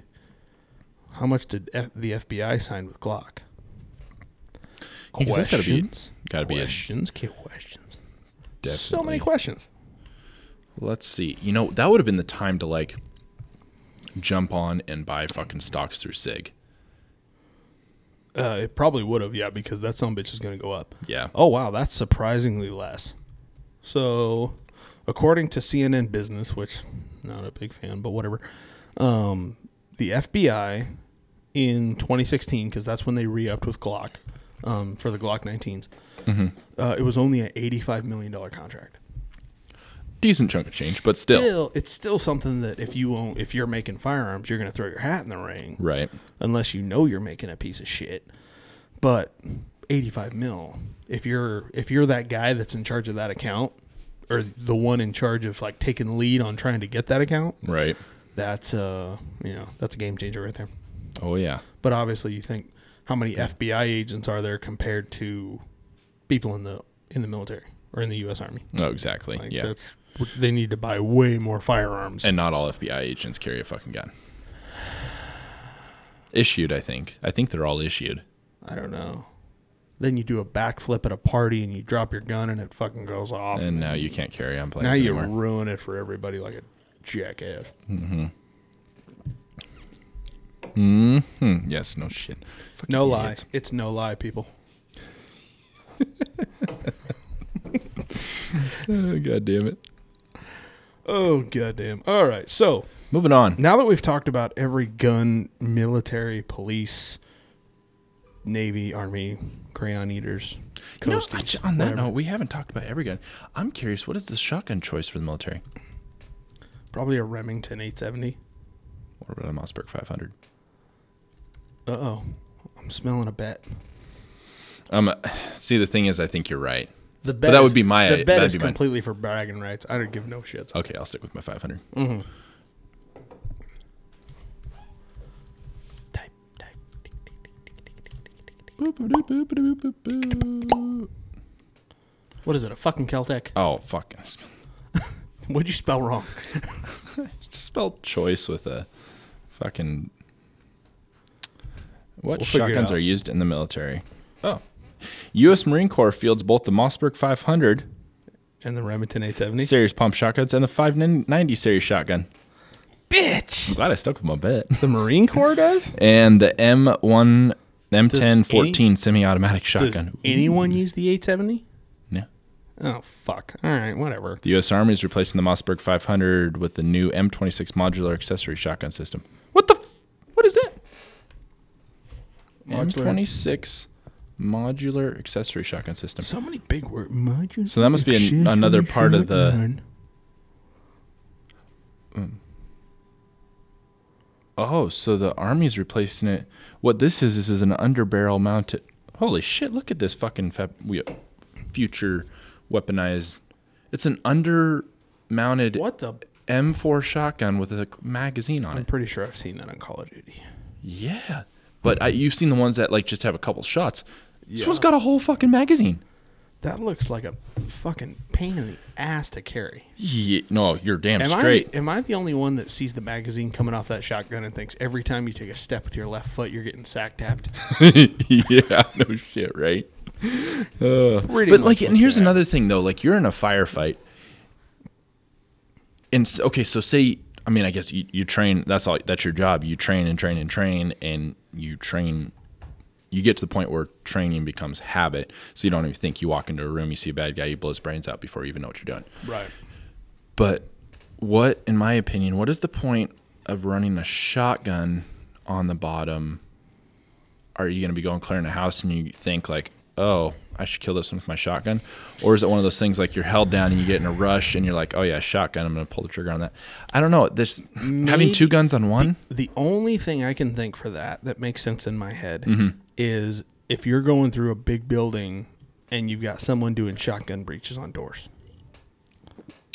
S2: How much did F- the FBI sign with Glock?
S1: Yeah, 'cause that's gotta be-
S2: Questions,
S1: gotta be a-
S2: questions, questions.
S1: Definitely.
S2: So many questions.
S1: Let's see. You know, that would have been the time to like jump on and buy fucking stocks through SIG.
S2: Uh, it probably would have, yeah, because that some bitch is going to go up.
S1: Yeah.
S2: Oh wow, that's surprisingly less. So, according to CNN Business, which not a big fan, but whatever, um, the FBI in 2016, because that's when they re-upped with Glock um, for the Glock 19s.
S1: Mm-hmm.
S2: Uh, it was only an 85 million dollar contract.
S1: Decent chunk of change, but still.
S2: it's still something that if you own, if you're making firearms, you're going to throw your hat in the ring
S1: Right.
S2: unless you know you're making a piece of shit. But 85 mil, if you're if you're that guy that's in charge of that account or the one in charge of like taking lead on trying to get that account,
S1: Right.
S2: that's uh, you know, that's a game changer right there.
S1: Oh yeah.
S2: But obviously you think how many FBI agents are there compared to people in the in the military or in the US Army?
S1: Oh, exactly.
S2: Like
S1: yeah.
S2: that's they need to buy way more firearms.
S1: And not all FBI agents carry a fucking gun. Issued, I think. I think they're all issued.
S2: I don't know. Then you do a backflip at a party and you drop your gun and it fucking goes off.
S1: And now you can't carry on planes
S2: now you
S1: anymore.
S2: ruin it for everybody like a jackass.
S1: Hmm, yes, no shit. Fucking
S2: No lie.
S1: idiots.
S2: It's no lie, people.
S1: Uh, God damn it.
S2: Oh goddamn! All right, so
S1: Moving on.
S2: now that we've talked about every gun, military, police, navy, army, crayon eaters,
S1: You know,
S2: coasties,
S1: I ju- on that
S2: whatever.
S1: note, we haven't talked about every gun. I'm curious, what is the shotgun choice for the military?
S2: probably a Remington 870.
S1: What about a Mossberg 500?
S2: Uh oh, I'm smelling a bet.
S1: Um, see, the thing is, I think you're right.
S2: The bet
S1: But that
S2: is-
S1: would be my-
S2: The bet
S1: that'd
S2: is
S1: be mine.
S2: completely for bragging rights. I don't give no shits.
S1: Okay, I'll stick with my 500.
S2: Mm.
S3: Type, type.
S2: What is it? A fucking Caltech?
S1: Oh, fuck. I sp-
S2: What'd you spell wrong?
S1: Spelled choice with a fucking. What
S2: We'll figure it
S1: shotguns
S2: out.
S1: are used in the military? Oh. U.S. Marine Corps fields both the Mossberg 500
S2: And the Remington 870.
S1: series pump shotguns and the 590 series shotgun.
S3: Bitch!
S1: I'm glad I stuck with my bet.
S2: The Marine Corps does?
S1: And the M1, M10,
S2: any-
S1: 14 semi-automatic
S2: Does
S1: shotgun.
S2: anyone use the 870?
S1: Yeah.
S2: Oh, fuck. All right, whatever.
S1: The U.S. Army is replacing the Mossberg 500 with the new M26 modular accessory shotgun system. What the? f- What is that?
S2: Modular.
S1: M26 modular accessory shotgun system.
S2: So many big word modular.
S1: So that must be an-
S2: accessory
S1: another part of the-
S2: shotgun.
S1: Oh, so the Army's replacing it. What this is, this is an underbarrel mounted. Holy shit! Look at this fucking fab- we, future weaponized. It's an under mounted
S2: What the?
S1: M4 shotgun with a magazine on
S2: I'm
S1: it.
S2: pretty sure I've seen that on Call of Duty.
S1: Yeah, but I, you've seen the ones that like just have a couple shots. This
S2: Yeah.
S1: one's got a whole fucking magazine.
S2: That looks like a fucking pain in the ass to carry.
S1: Yeah, no, you're damn
S2: Am
S1: straight.
S2: I am I the only one that sees the magazine coming off that shotgun and thinks every time you take a step with your left foot you're getting sack tapped?
S1: yeah, no shit, right? Uh,
S2: Pretty
S1: but
S2: much
S1: like, and
S2: what's
S1: here's
S2: gonna
S1: another thing though. Like, you're in a firefight, and s okay, so say, I mean, I guess you, you train. That's all. That's your job. You train and train and train, and you train you get to the point where training becomes habit. So you don't even think you walk into a room, you see a bad guy, you blow his brains out before you even know what you're doing.
S2: Right.
S1: But what, in my opinion, what is the point of running a shotgun on the bottom? Are you going to be going clearing a house and you think like, oh, I should kill this one with my shotgun, or is it one of those things like you're held down and you get in a rush and you're like, oh yeah, shotgun, I'm going to pull the trigger on that. I don't know. This having
S2: Maybe
S1: two guns on one.
S2: The only thing I can think for that that makes sense in my head
S1: Mm-hmm.
S2: is if you're going through a big building and you've got someone doing shotgun breaches on doors.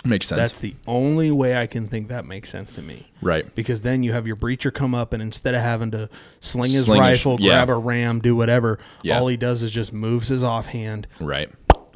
S1: Makes sense.
S2: That's the only way I can think that makes sense to me.
S1: right.
S2: Because then you have your breacher come up, and instead of having to sling his
S1: Sling his-
S2: rifle,
S1: yeah.
S2: grab a ram, do whatever,
S1: Yeah.
S2: all he does is just moves his offhand,
S1: Right.
S2: pops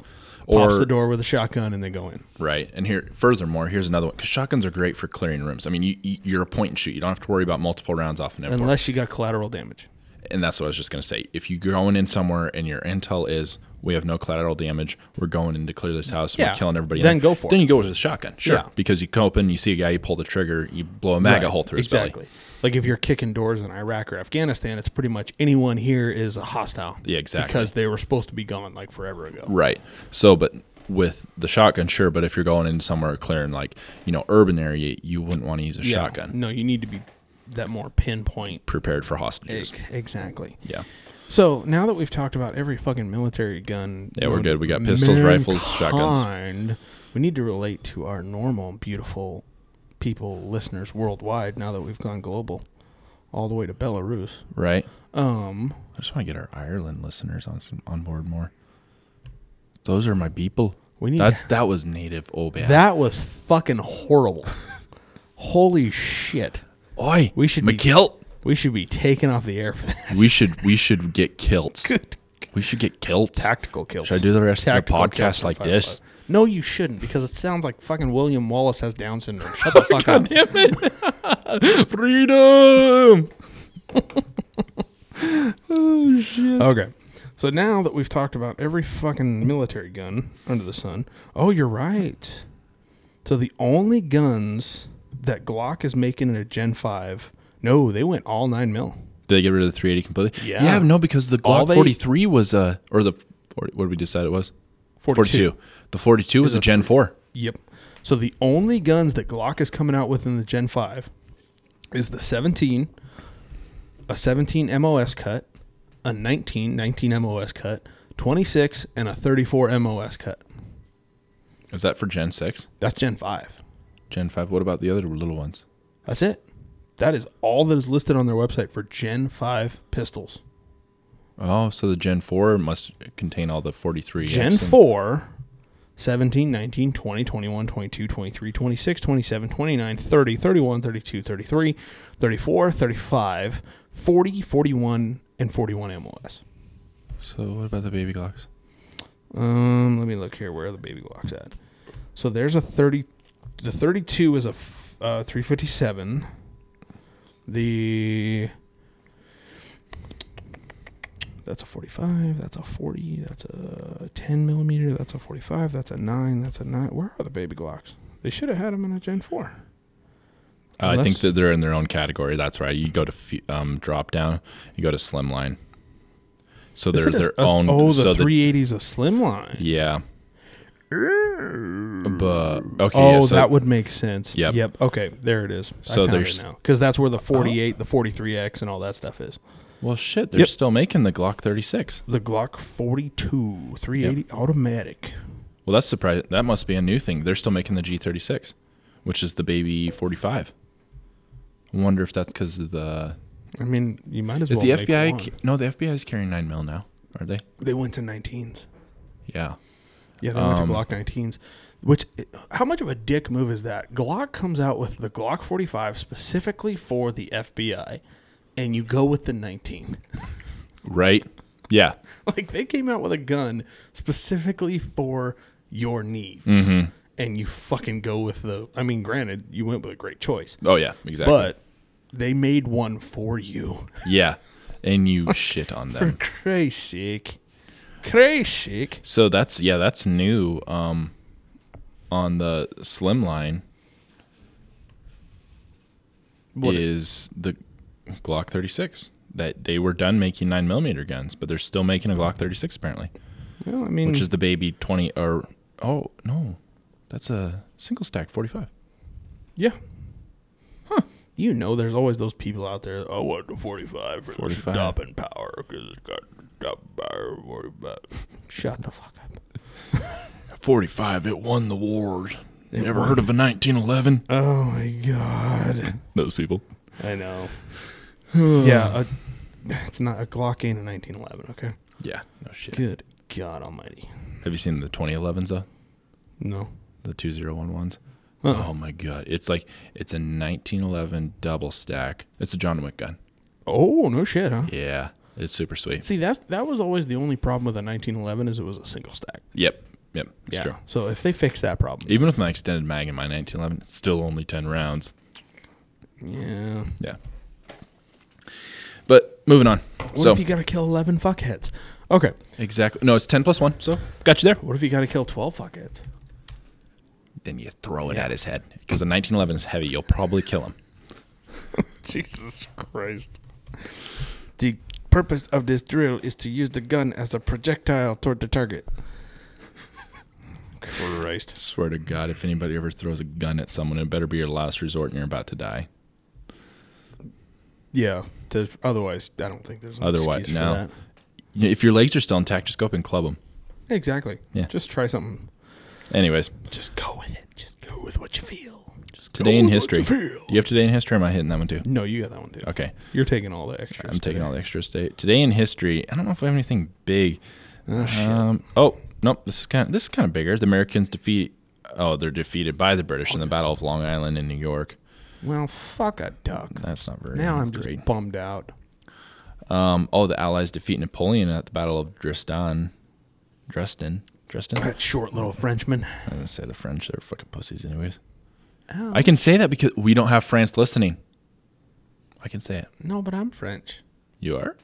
S1: Or
S2: the door with a shotgun, and they go in.
S1: right. And here, furthermore, here's another one because shotguns are great for clearing rooms. I mean, you, you- you're a point and shoot. You don't have to worry about multiple rounds off and everything.
S2: Unless you got collateral damage.
S1: and that's what I was just going to say. If you're going in somewhere and your intel is we have no collateral damage, we're going in to clear this house,
S2: Yeah.
S1: we're killing everybody.
S2: Then
S1: in it,"
S2: go for
S1: Then
S2: it.
S1: you go with a shotgun, sure,
S2: Yeah.
S1: because you come open, you see a guy, you pull the trigger, you blow a maga
S2: Right.
S1: hole through his
S2: exactly.
S1: belly.
S2: Like if you're kicking doors in Iraq or Afghanistan, it's pretty much anyone here is a hostile.
S1: Yeah, exactly.
S2: Because they were supposed to be gone like forever ago.
S1: Right. So, but with the shotgun, sure, but if you're going in somewhere clearing like you know urban area, you wouldn't want to use a
S2: Yeah.
S1: shotgun.
S2: No, you need to be that more pinpoint.
S1: Prepared for hostages.
S2: Ex- Exactly.
S1: Yeah.
S2: So now that we've talked about every fucking military gun,
S1: Yeah, we're
S2: known
S1: good.
S2: to
S1: We got pistols, rifles,
S2: mankind, We need to relate to our normal, beautiful people, listeners worldwide. Now that we've gone global, all the way to Belarus.
S1: Right.
S2: Um,
S1: I just want to get our Ireland listeners on some, on board more. Those are my people.
S2: We need-
S1: That's that was native. Oh man.
S2: That was fucking horrible. Holy shit.
S1: Oi,
S2: We should be-
S1: McKilt.
S2: We should be taken off the air for that.
S1: We should we should get kilts.
S2: Good.
S1: We should get kilts.
S2: Tactical kills.
S1: Should I do the rest of the
S2: Tactical
S1: podcast
S2: kills from
S1: like
S2: 5.5.
S1: this?
S2: No, you shouldn't because it sounds like fucking William Wallace has Down syndrome. Shut the fuck up.
S1: Freedom.
S2: Oh, Okay. So now that we've talked about every fucking military gun under the sun, oh, you're right. So the only guns that Glock is making in a Gen 5, no, they went all 9 mil.
S1: Did they get rid of the 380 completely?
S2: Yeah.
S1: Yeah, no, because the
S2: All
S1: Glock
S2: they-
S1: 43 was a or the 40, what did we decide it was? 42. The 42 was a Gen 4.
S2: Yep. So the only guns that Glock is coming out with in the Gen 5 is the 17, a 17 MOS cut, a 19, 19 MOS cut, 26, and a 34 MOS cut.
S1: Is that for Gen 6?
S2: That's Gen 5.
S1: Gen 5. What about the other little ones?
S2: That's it. That is all that is listed on their website for Gen 5 pistols.
S1: Oh, so the Gen 4 must contain all the 43.
S2: Gen
S1: X and-
S2: 4, 17, 19, 20, 21, 22, 23, 26, 27, 29, 30, 31, 32, 33, 34, 35, 40, 41, and 41 MOS.
S1: So what about the baby Glocks?
S2: Um, let me look here. Where are the baby Glocks at? So there's a 30. The 32 is a f- uh, 357. The. That's a 45. That's a 40. That's a 10 millimeter. That's a 45. That's a 9. That's a 9. Where are the baby Glocks? They should have had them in a Gen 4.
S1: Uh, I think
S2: Unless-
S1: that they're in their own category. That's right. You go to fe- um, drop down, you go to slimline. So
S2: They
S1: they're
S2: said it's
S1: their
S2: a-
S1: own.
S2: Oh,
S1: so
S2: the
S1: the-
S2: 380's a slim line.
S1: yeah. But okay.
S2: Oh,
S1: yeah, so,
S2: that would make sense.
S1: Yep.
S2: Yep. Okay, there it is.
S1: So
S2: I found
S1: there's- Uh-huh.
S2: it now because that's where the 48, the 43x, and all that stuff is.
S1: Well, shit. They're
S2: Yep.
S1: still making the Glock 36.
S2: The Glock 42 380 automatic.
S1: Well, that's surprising. That must be a new thing. They're still making the G36, which is the baby 45. I wonder if that's because of the.
S2: I mean, you might as
S1: Is
S2: well.
S1: the
S2: make
S1: FBI?
S2: one.
S1: Ca- no, the FBI is carrying nine mil now, are they?
S2: They went to 19s.
S1: Yeah.
S2: Yeah, they
S1: Um,
S2: went to Glock 19s. Which, eh, how much of a dick move is that? Glock comes out with the Glock 45 specifically for the FBI, and you go with the 19.
S1: Right. Yeah.
S2: like they came out with a gun specifically for your needs, and you fucking go with the. I mean, granted, you went with a great choice,
S1: Oh yeah. Exactly.
S2: but they made one for you.
S1: yeah, and you shit on them.
S2: Crazy. Crazy.
S1: So that's yeah, that's new um on the slim line
S2: What-
S1: is the Glock 36. that they were done making nine millimeter guns, but they're still making a Glock 36 apparently,
S2: Well, I mean,
S1: which is the baby 20 or oh no, that's a single stack 45.
S2: yeah. Huh. You know, there's always those people out there. I want the 45 for
S1: 45.
S2: stopping power because it's got stopping power 45. Shut the fuck up.
S1: 45, it won the wars. You Never heard of a 1911?
S2: Oh my god.
S1: Those people.
S2: I know. yeah, a, it's not a Glock ain't a 1911. Okay.
S1: Yeah, no shit.
S2: Good God Almighty.
S1: Have you seen the 2011s though?
S2: No.
S1: The 2011s?
S2: Uh-uh.
S1: Oh my god. It's like it's a 1911 double stack. It's a John Wick gun.
S2: Oh no shit, huh?
S1: Yeah, it's super sweet.
S2: See that that was always the only problem with a 1911 is it was a single stack.
S1: Yep. Yep. It's true.
S2: So if they fix that problem,
S1: Even with my extended mag in my 1911, it's still only 10 rounds.
S2: yeah.
S1: Yeah. But moving on.
S2: What
S1: so
S2: if you gotta kill 11 fuckheads? Okay.
S1: exactly. No, it's 10 plus 1. So got you there.
S2: What if you gotta kill 12 fuckheads?
S1: Then you throw it at his head because the 1911 is heavy. You'll probably kill him.
S2: Jesus Christ.
S4: The purpose of this drill is to use the gun as a projectile toward the target.
S2: Christ.
S1: Swear to God, if anybody ever throws a gun at someone, it better be your last resort and you're about to die.
S2: Yeah. To, otherwise, I don't think there's an
S1: Otherwise-
S2: excuse
S1: no.
S2: for that.
S1: Y- If your legs are still intact, just go up and club them.
S2: Exactly.
S1: Yeah.
S2: Just try something.
S1: Anyways,
S2: Just go with it. Just go with what you feel. Just go
S1: today in
S2: with what
S1: history.
S2: you feel.
S1: Do you have today in history? Or am I hitting that one too?
S2: No, you got that one too.
S1: Okay.
S2: You're taking all the extras.
S1: I'm taking all the extra state today in history. I don't know if we have anything big.
S2: Oh, shit.
S1: Um, oh nope, this is kind of this is kind of bigger. The Americans defeat. Oh, they're defeated by the British in the Battle of Long Island in New York.
S2: Well, fuck a duck.
S1: That's not very.
S2: Now I'm just
S1: great.
S2: bummed out.
S1: Um, oh, the Allies defeat Napoleon at the Battle of Dresden. Dresden. Dresden. I
S2: That short little Frenchman.
S1: was gonna say the French. They're fucking pussies, anyways.
S2: Oh,
S1: I can say that because we don't have France listening. I can say it.
S2: no, but I'm French.
S1: You are.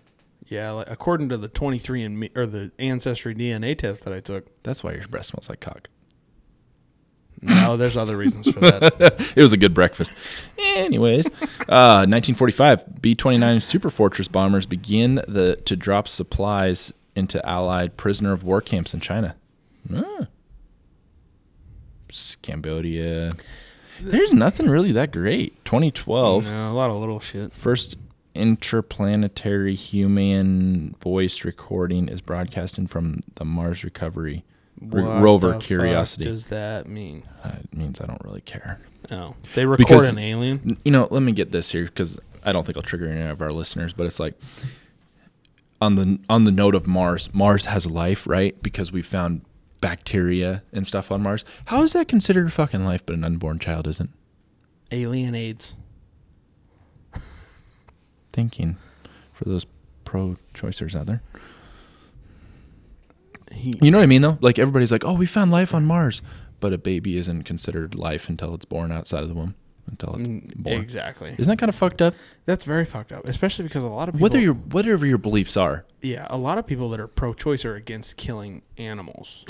S2: Yeah, like, according to the 23 and me or the ancestry DNA test that I took.
S1: That's why your breath smells like cock.
S2: No, there's other reasons for that.
S1: it was a good breakfast. Anyways, uh, 1945, B-29 Super Fortress bombers begin the to drop supplies into Allied prisoner of war camps in China. Ah. S- Cambodia. There's nothing really that great. 2012,
S2: no, a lot of little shit.
S1: first interplanetary human voice recording is broadcasting from the Mars Recovery r-
S2: What the
S1: rover
S2: fuck
S1: Curiosity.
S2: does that mean?
S1: Uh, it means I don't really care.
S2: Oh, they record
S1: Because-
S2: an alien.
S1: N- you know, let me get this here because I don't think I'll trigger any of our listeners, but it's like on the on the note of Mars, Mars has life, right? Because we found bacteria and stuff on Mars. How is that considered fucking life, but an unborn child isn't?
S2: Alien AIDS.
S1: Thinking for those pro-choicers out there.
S2: He,
S1: You know what I mean, though? Like everybody's like, "Oh, we found life on Mars," but a baby isn't considered life until it's born outside of the womb. Until it's
S2: Mm,
S1: born.
S2: exactly.
S1: Isn't that kind of fucked up?
S2: That's very fucked up, especially because a lot of people.
S1: Whether your whatever your beliefs are,
S2: yeah, a lot of people that are pro-choice are against killing animals.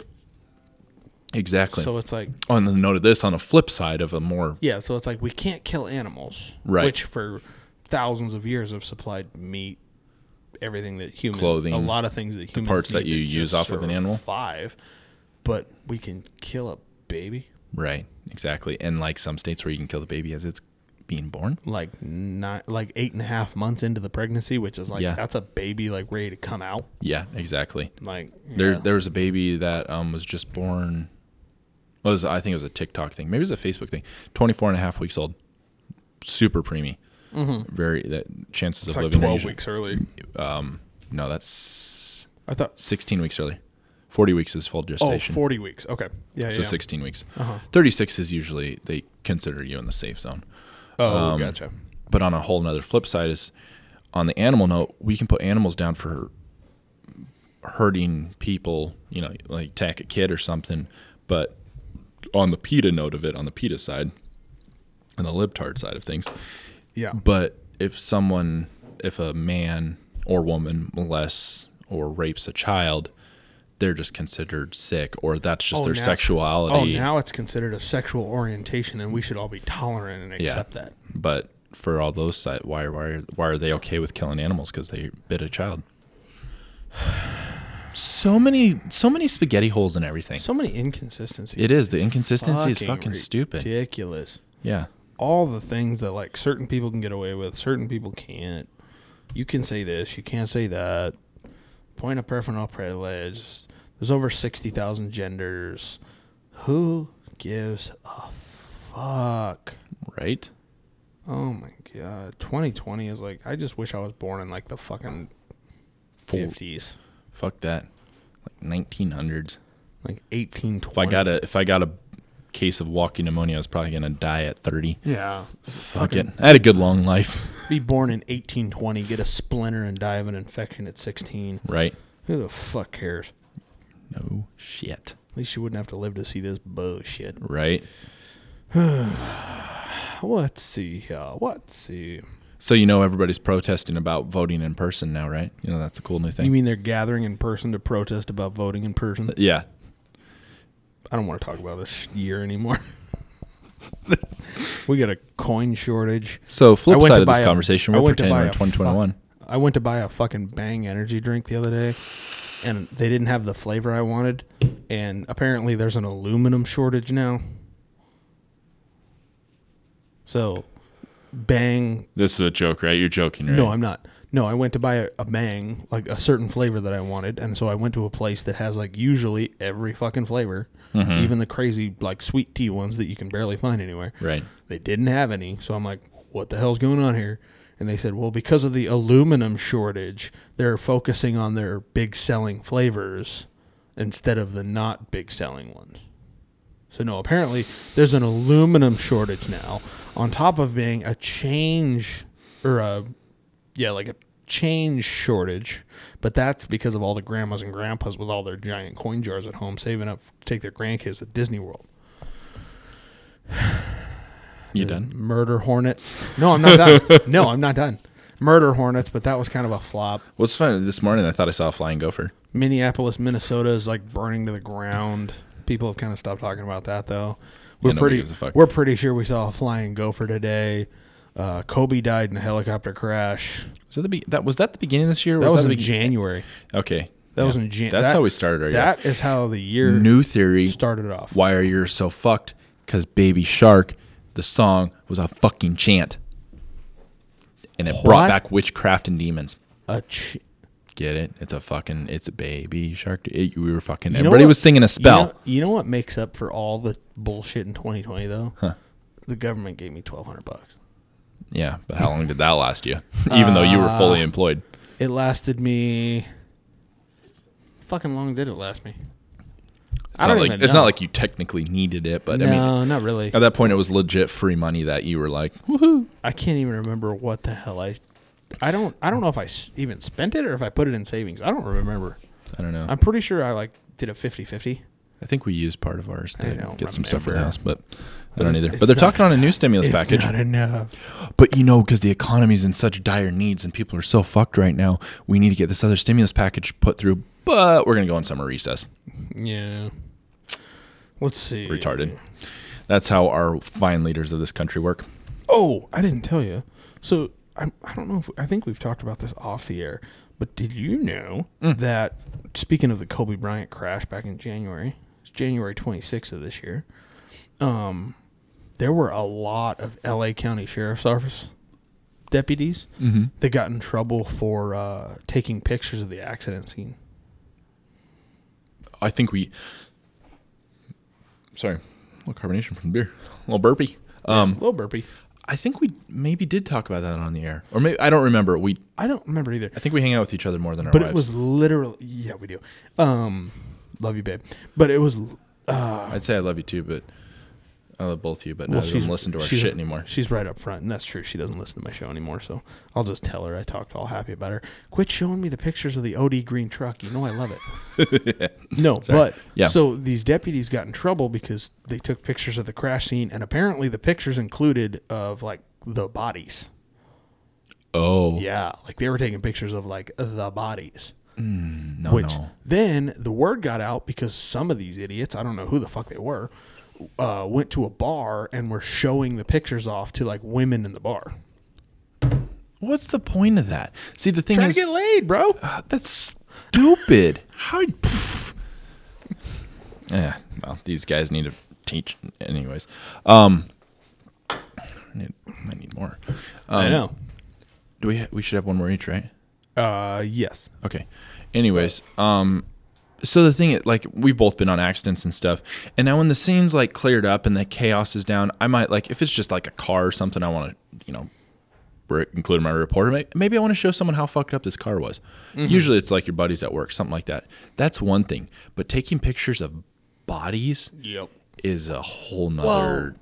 S1: exactly.
S2: So it's like,
S1: on the note of this, on the flip side of a more
S2: yeah, so it's like we can't kill animals,
S1: Right.
S2: Which for thousands of years have supplied meat, everything that humans,
S1: Clothing,
S2: a lot of things that humans
S1: parts that
S2: need to
S1: you use
S2: just
S1: off of an animal.
S2: Five, but we can kill a baby
S1: right, exactly, and like some states where you can kill the baby as it's being born.
S2: like nine, like eight and a half months into the pregnancy, which is like
S1: Yeah.
S2: that's a baby like ready to come out.
S1: Yeah, exactly.
S2: Like
S1: There,
S2: yeah.
S1: there was a baby that um, was just born. Was I think it was a TikTok thing, maybe it was a Facebook thing. 24 and a half weeks old, super preemie. Very that chances
S2: Mm-hmm. it's
S1: of
S2: like
S1: living are
S2: twelve
S1: usually-
S2: weeks early.
S1: Um, no, that's
S2: I thought
S1: 16 weeks early. 40 weeks is full gestation.
S2: Oh, 40 weeks. Okay. Yeah.
S1: so
S2: yeah.
S1: 16 weeks.
S2: Uh-huh.
S1: 36 is usually they consider you in the safe zone.
S2: Oh,
S1: Um,
S2: gotcha.
S1: But on a whole another flip side is on the animal note, we can put animals down for hurting people, you know, like attack a kid or something. But on the PETA note of it, on the PETA side and the libtard side of things,
S2: Yeah.
S1: but if someone, if a man or woman molests or rapes a child, they're just considered sick or that's just
S2: Oh,
S1: their
S2: now-
S1: sexuality.
S2: Oh, now it's considered a sexual orientation, and we should all be tolerant and
S1: Yeah.
S2: accept that.
S1: but for all those si- why why are- why are they okay with killing animals because they bit a child? So many so many spaghetti holes in everything.
S2: So many inconsistencies.
S1: It is the inconsistency is fucking stupid.
S2: Ridiculous.
S1: Yeah,
S2: All the things that like certain people can get away with, certain people can't. You can say this, you can't say that. Point of personal privilege. There's over sixty thousand genders. Who gives a fuck?
S1: right.
S2: Oh my god. 2020 is like I just wish I was born in like the fucking
S1: Four-
S2: 50s.
S1: Fuck that. Like 1900s.
S2: Like 1820.
S1: If I got a if I got a case of walking pneumonia, I was probably gonna die at 30.
S2: Yeah.
S1: Fuck it. I had a good long life,
S2: Be born in 1820, get a splinter and die of an infection at 16.
S1: right?
S2: Who the fuck cares?
S1: No shit,
S2: At least you wouldn't have to live to see this bullshit.
S1: right?
S2: Let's see here. Let's see.
S1: So you know everybody's protesting about voting in person now, right? You know that's a cool new thing.
S2: You mean they're gathering in person to protest about voting in person?
S1: yeah,
S2: I don't want to talk about this year anymore. we got a coin shortage.
S1: So flip
S2: I went
S1: side
S2: to
S1: of this
S2: buy a-
S1: conversation,
S2: I
S1: we're
S2: went to
S1: pretending
S2: buy
S1: we're in
S2: a
S1: 2021.
S2: I went to buy a fucking Bang energy drink the other day, and they didn't have the flavor I wanted. And apparently, there's an aluminum shortage now. So, Bang.
S1: This is a joke, right? You're joking, right?
S2: No, I'm not. No, I went to buy a, a Bang, like a certain flavor that I wanted, and so I went to a place that has like usually every fucking flavor, even the crazy like sweet tea ones that you can barely find anywhere.
S1: right.
S2: They didn't have any. So I'm like, what the hell's going on here? And they said, well, because of the aluminum shortage, they're focusing on their big selling flavors instead of the not big selling ones. So, no, apparently there's an aluminum shortage now, on top of being a change or a, yeah, like a change shortage. But that's because of all the grandmas and grandpas with all their giant coin jars at home saving up to take their grandkids to Disney World.
S1: You
S2: The
S1: done?
S2: Murder Hornets. No, I'm not done. no, I'm not done. Murder Hornets, but that was kind of a flop.
S1: What's funny? This morning I thought I saw a flying gopher.
S2: Minneapolis, Minnesota is like burning to the ground. People have kind of stopped talking about that though. We're
S1: nobody
S2: pretty
S1: gives a fuck.
S2: we're pretty sure we saw a flying gopher today. Uh, Kobe died in a helicopter crash.
S1: Was that the be- that was that the beginning of this year? or
S2: That was,
S1: that the
S2: in January.
S1: be- okay?
S2: That was in
S1: January.
S2: Jan-
S1: That's
S2: that-
S1: how we started our year.
S2: That is how the year
S1: New theory.
S2: started off.
S1: Why are you so fucked? Because Baby Shark, the song was a fucking chant, and it brought
S2: What?
S1: back witchcraft and demons.
S2: A ch-
S1: Get it? It's a fucking. It's a baby shark. It- we were fucking.
S2: You know
S1: everybody
S2: what-
S1: was singing a spell.
S2: You know, you know what makes up for all the bullshit in 2020 though? The government gave me 1200 bucks.
S1: yeah, but how long did that last you? Even though you were
S2: Uh,
S1: fully employed.
S2: It lasted me. Fucking long did it last me?
S1: It's not like it's not like you technically needed it, but
S2: no,
S1: I mean, uh,
S2: not really.
S1: at that point, it was legit free money that you were like, woohoo!
S2: I can't even remember what the hell I. I don't. I don't know if I s- even spent it or if I put it in savings. I don't remember.
S1: I don't know.
S2: I'm pretty sure I like did a 50-50.
S1: I think we used part of ours to
S2: I
S1: get
S2: don't
S1: some stuff for the
S2: remember.
S1: house, but I don't
S2: it's-
S1: either.
S2: it's
S1: But they're
S2: not
S1: talking on a new stimulus package.
S2: enough.
S1: But you know, because the economy's in such dire needs and people are so fucked right now, we need to get this other stimulus package put through. But we're gonna go on summer recess.
S2: Yeah. Let's see.
S1: Retarded. That's how our fine leaders of this country work.
S2: Oh, I didn't tell you. So I, I don't know if I think we've talked about this off the air, but did you know that speaking of the Kobe Bryant crash back in January, it's January 26th of this year. Um, there were a lot of L.A. County Sheriff's Office deputies that got in trouble for uh, taking pictures of the accident scene.
S1: I think we. Sorry, a little carbonation from the beer, a little burpee.
S2: A
S1: Um,
S2: little burpee.
S1: I think we maybe did talk about that on the air, or maybe I don't remember. We
S2: I don't remember either.
S1: I think we hang out with each other more than our
S2: but
S1: wives.
S2: it was literally yeah we do um love you babe but it was uh
S1: I'd say I love you too, but I love both of you, but
S2: well,
S1: neither of
S2: she's
S1: them listen to our
S2: she's-
S1: shit anymore.
S2: she's right up front and that's true she doesn't listen to my show anymore so i'll just tell her i talked all happy about her quit showing me the pictures of the od green truck you know i love it no but
S1: Yeah.
S2: so these deputies got in trouble because they took pictures of the crash scene and apparently the pictures included of like the bodies
S1: Oh,
S2: yeah like they were taking pictures of like the bodies
S1: no,
S2: which
S1: Oh, no.
S2: then the word got out because some of these idiots, I don't know who the fuck they were, uh, went to a bar and were showing the pictures off to like women in the bar.
S1: What's the point of that? See, the thing
S2: Trying
S1: is,
S2: to get laid, bro.
S1: uh, that's stupid. How? pff. Yeah. Well, these guys need to teach, anyways. Um, I need, might need more.
S2: I
S1: Um,
S2: know.
S1: Do we? Ha- we should have one more each, right?
S2: Uh, yes.
S1: Okay. Anyways, um so the thing is like we've both been on accidents and stuff. And now when the scene's like cleared up and the chaos is down, I might like if it's just like a car or something I want to, you know, re- include in my report. or may- Maybe I want to show someone how fucked up this car was.
S2: Mm-hmm.
S1: Usually it's like your buddies at work, something like that. That's one thing. But taking pictures of bodies
S2: Yep.
S1: is a whole nother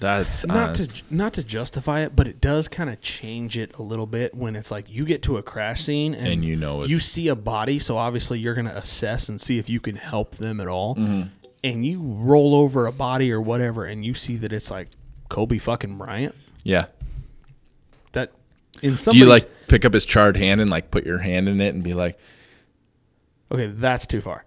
S1: that's
S2: Not
S1: uh,
S2: to not to justify it, but it does kind of change it a little bit when it's like you get to a crash scene and,
S1: And you know
S2: you
S1: it's-
S2: see a body, so obviously you're going to assess and see if you can help them at all.
S1: Mm-hmm.
S2: And you roll over a body or whatever, and you see that it's like Kobe fucking Bryant.
S1: yeah.
S2: That in some
S1: Do you like pick up his charred hand and like put your hand in it and be like,
S2: okay, that's too far.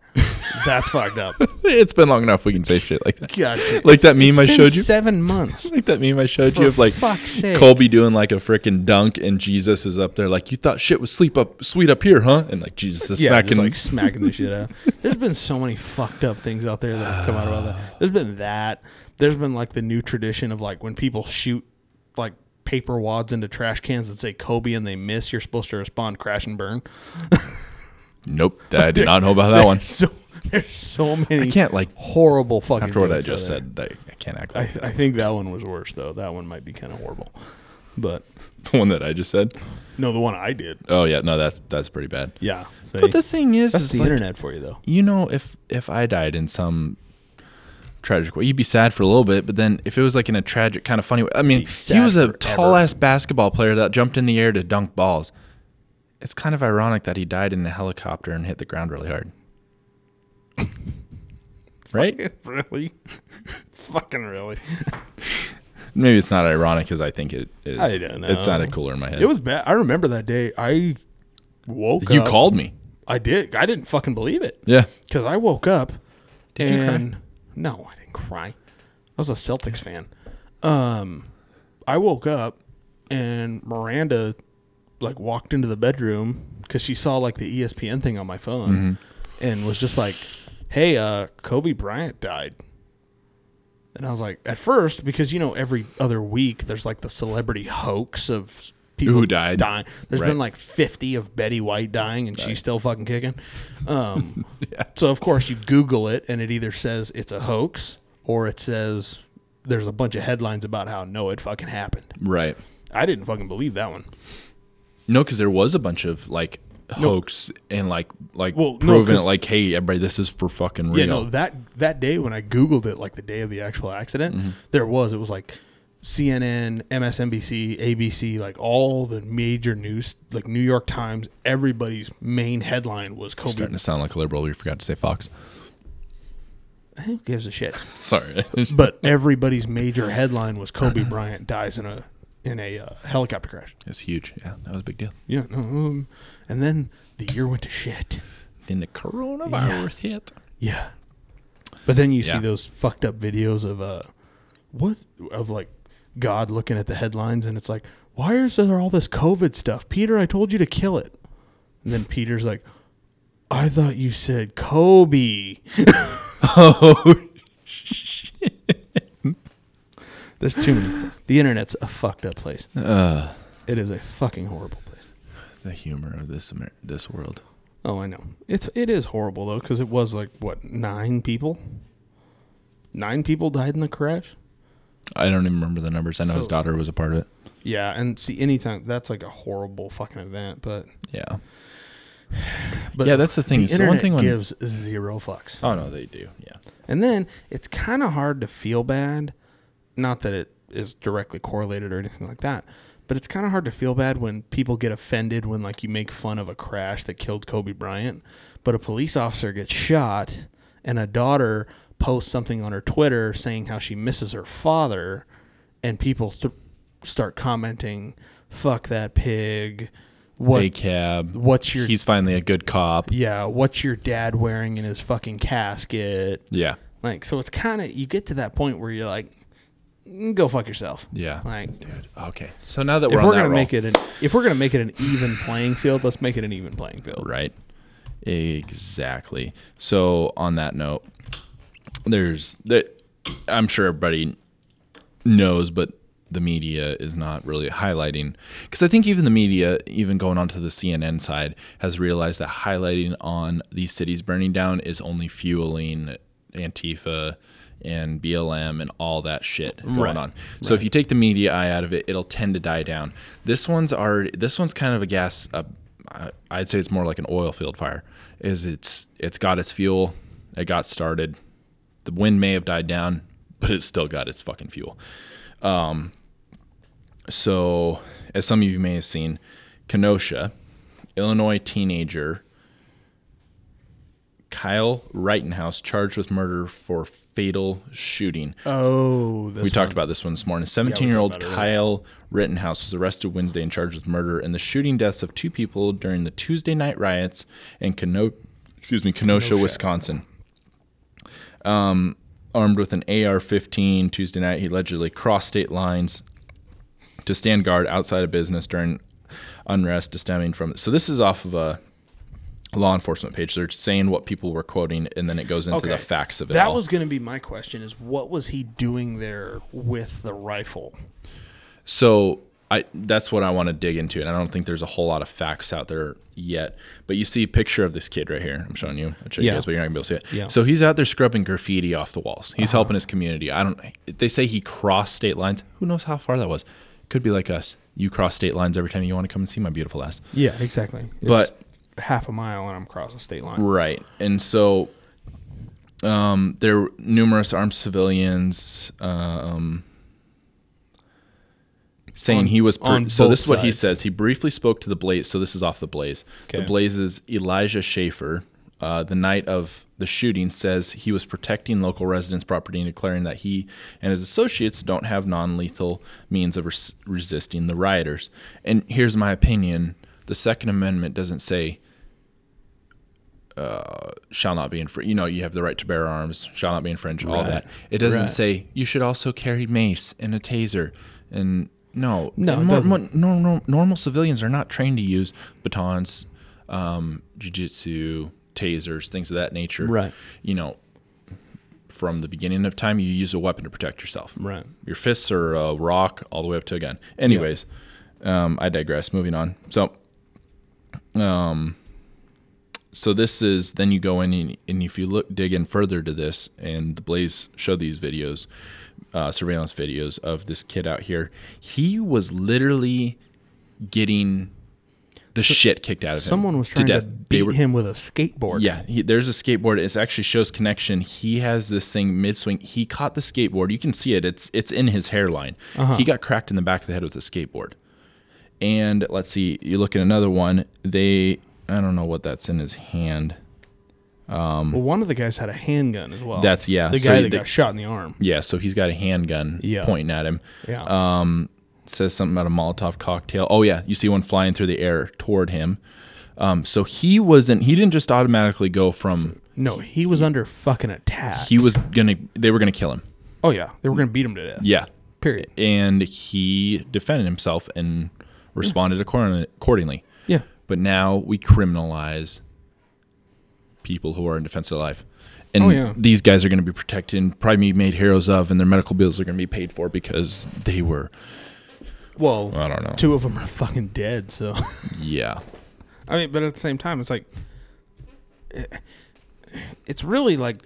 S2: that's fucked up.
S1: it's been long enough we can say shit like that.
S2: God,
S1: like that meme I
S2: been
S1: showed you.
S2: seven months.
S1: Like that meme I showed
S2: For
S1: you of like
S2: fuck's sake.
S1: Colby doing like a freaking dunk and Jesus is up there like you thought shit was sleep up sweet up here, huh? And like Jesus is
S2: Yeah,
S1: smacking
S2: just like smacking the shit out. There's been so many fucked up things out there that have come out about that. There's been that. There's been like the new tradition of like when people shoot like paper wads into trash cans that say Kobe and they miss, you're supposed to respond crash and burn.
S1: Nope, I did not know about that one.
S2: So there's so many.
S1: I can't like
S2: horrible fucking.
S1: after what I
S2: things out
S1: just
S2: there.
S1: said. That I can't act
S2: I,
S1: like that.
S2: I think that one was worse though. That one might be kind of horrible. But
S1: the one that I just said.
S2: no, the one I did.
S1: Oh yeah, no, that's that's pretty bad.
S2: Yeah.
S1: But the thing is,
S2: that's
S1: is
S2: the
S1: like,
S2: internet for you though.
S1: you know, if if I died in some tragic way, you'd be sad for a little bit, but then if it was like in a tragic kind of funny way, I mean, he
S2: sad
S1: was a
S2: forever.
S1: tall ass basketball player that jumped in the air to dunk balls. It's kind of ironic that he died in a helicopter and hit the ground really hard. right?
S2: really? fucking really.
S1: Maybe it's not ironic as I think it is.
S2: I don't know.
S1: It sounded cooler in my head.
S2: It was bad. I remember that day. I woke
S1: you
S2: up.
S1: called me.
S2: I did. I didn't fucking believe it
S1: Yeah.
S2: because I woke up
S1: you cry?
S2: and no, I didn't cry. I was a Celtics fan. Um, I woke up and Miranda like walked into the bedroom because she saw like the E ESPN thing on my phone
S1: Mm-hmm.
S2: and was just like, "Hey, uh, Kobe Bryant died." And I was like, at first, because you know, every other week there's like the celebrity hoax of people
S1: Who died.
S2: Dying. There's
S1: Right.
S2: been like 50 of Betty White dying, and she's still fucking kicking. Um, So of course you Google it, and it either says it's a hoax or it says there's a bunch of headlines about how no, it fucking happened.
S1: Right.
S2: I didn't fucking believe that one.
S1: No, because there was a bunch of like hoax and like like
S2: Well, no,
S1: proving it
S2: 'cause-
S1: like, hey, everybody, this is for fucking real.
S2: Yeah, no, that that day when I googled it, like the day of the actual accident,
S1: Mm-hmm.
S2: there was it was like CNN, MSNBC, ABC, like all the major news, like New York Times, everybody's main headline was Kobe.
S1: Starting to sound like a liberal. You forgot to say Fox.
S2: Who gives a shit?
S1: Sorry.
S2: But everybody's major headline was Kobe Bryant dies in a in a uh, helicopter crash.
S1: It's huge. Yeah, that was a big deal.
S2: Yeah, no, um, and then the year went to shit.
S1: Then the coronavirus hit.
S2: Yeah. But then you see
S1: Yeah.
S2: those fucked up videos of uh what of like God looking at the headlines and it's like, why is there all this COVID stuff? Peter, I told you to kill it. And then Peter's like, I thought you said Kobe. Oh, There's too many. The internet's a fucked up place.
S1: Uh,
S2: It is a fucking horrible place.
S1: the humor of this Amer- this world.
S2: Oh, I know. It's it is horrible though because it was like what nine people. Nine people died in the crash.
S1: I don't even remember the numbers. I know his
S2: So-
S1: daughter was a part of it.
S2: Yeah, and see, anytime that's like a horrible fucking event, but
S1: Yeah.
S2: but
S1: Yeah, that's the thing.
S2: The
S1: It's the one
S2: internet
S1: thing when-
S2: gives zero fucks,
S1: Oh no, they do. Yeah.
S2: and then it's kind of hard to feel bad. Not that it is directly correlated or anything like that, but it's kind of hard to feel bad when people get offended when like you make fun of a crash that killed Kobe Bryant, but a police officer gets shot, and a daughter posts something on her Twitter saying how she misses her father, and people th- start commenting, "Fuck that pig." What
S1: A cab.
S2: what's your
S1: He's finally a good cop.
S2: yeah what's your dad wearing in his fucking casket
S1: Yeah.
S2: like so it's kind of you get to that point where you're like go fuck yourself.
S1: Yeah.
S2: Like,
S1: Okay. So now that
S2: if
S1: we're,
S2: we're,
S1: on that
S2: gonna
S1: roll-
S2: make it an if we're gonna make it an even playing field, let's make it an even playing field.
S1: Right. Exactly. So on that note, there's that I'm sure everybody knows, but the media is not really highlighting because I think even the media, even going onto the CNN side, has realized that highlighting on these cities burning down is only fueling Antifa and BLM and all that shit going on. So if you take the media eye out of it, it'll tend to die down. This one's already. This one's kind of a gas. A, I- I'd say it's more like an oil field fire. Is it's it's got its fuel. It got started. The wind may have died down, but it's still got its fucking fuel. So, as some of you may have seen, Kenosha, Illinois teenager Kyle Reitenhouse charged with murder for fatal shooting.
S2: Oh, this
S1: we talked about this one this morning. 17 year old Kyle Rittenhouse was arrested Wednesday and charged with murder in the shooting deaths of two people during the Tuesday night riots in Keno- excuse me, Kenosha, Wisconsin. Um, armed with an AR 15 Tuesday night, he allegedly crossed state lines to stand guard outside a business during unrest stemming from. So this is off of a law enforcement page. They're saying what people were quoting, and then it goes into the
S2: Okay.
S1: facts of it.
S2: that
S1: all.
S2: was gonna be my question: is what was he doing there with the rifle?
S1: So I that's what I want to dig into, and I don't think there's a whole lot of facts out there yet. But you see a picture of this kid right here. I'm showing you. I'll show
S2: Yeah.
S1: you guys, but you're not gonna be able to see it.
S2: Yeah. Uh-huh.
S1: So he's out there scrubbing graffiti off the walls. He's helping his community. I don't. They say he crossed state lines. Who knows how far that was? Could be like us. You cross state lines every time you want to come and see my beautiful ass.
S2: Yeah, exactly. It's
S1: But-
S2: half a mile, and I'm crossing state line.
S1: Right. And so um, there were numerous armed civilians um, saying
S2: On-
S1: he was. Per-
S2: on
S1: so
S2: both
S1: this is what he
S2: sides.
S1: says. He briefly spoke to the Blaze. So this is off the Blaze. The
S2: Okay.
S1: Blaze's Elijah Schaefer. Uh, the night of the shooting says he was protecting local residents' property and declaring that he and his associates don't have non-lethal means of res- resisting the rioters. And here's my opinion: the Second Amendment doesn't say shall not be infringed. You know, you have the right to bear arms, shall not be infringed, all that. It doesn't say you should also carry mace and a taser. And no,
S2: No,
S1: And
S2: it
S1: nor-
S2: doesn't.
S1: nor- nor- nor- normal civilians are not trained to use batons, um, jujitsu, tasers, things of that nature.
S2: Right.
S1: You know, from the beginning of time, you use a weapon to protect yourself.
S2: Right.
S1: Your fists are a rock all the way up to a gun. Anyways, um, I digress. Moving on. So, um, so this is then you go in and, and if you look dig in further to this and the blaze showed these videos uh, surveillance videos of this kid out here he was literally getting the shit kicked out of him
S2: Someone was trying to,
S1: They
S2: beat
S1: were-
S2: him with a skateboard.
S1: yeah, he, there's a skateboard. It actually shows connection. He has this thing mid swing. He caught the skateboard. You can see it. It's it's in his hairline. He got cracked in the back of the head with a skateboard. And let's see. You look at another one. They I don't know what that's in his hand.
S2: Well, one of the guys had a handgun as well.
S1: That's- yeah,
S2: The
S1: so
S2: guy that
S1: they-
S2: got shot in the arm.
S1: Yeah, so he's got a handgun
S2: Yeah.
S1: pointing at him.
S2: Yeah.
S1: says something about a Molotov cocktail. Oh yeah, you see one flying through the air toward him. Um, so he wasn't. He didn't just automatically go from.
S2: no, he was under fucking attack.
S1: He was gonna. They were gonna kill him.
S2: oh yeah, they were gonna beat him to death.
S1: Yeah.
S2: Period.
S1: and he defended himself and responded accordin- accordingly.
S2: Yeah.
S1: But now we criminalize people who are in defense of life. And
S2: Oh, yeah.
S1: these guys are going to be protected and probably be made heroes of, and their medical bills are going to be paid for because they were.
S2: Well,
S1: I don't know.
S2: two of them are fucking dead. So
S1: Yeah.
S4: I mean, but at the same time, it's like
S2: eh,
S4: it's really like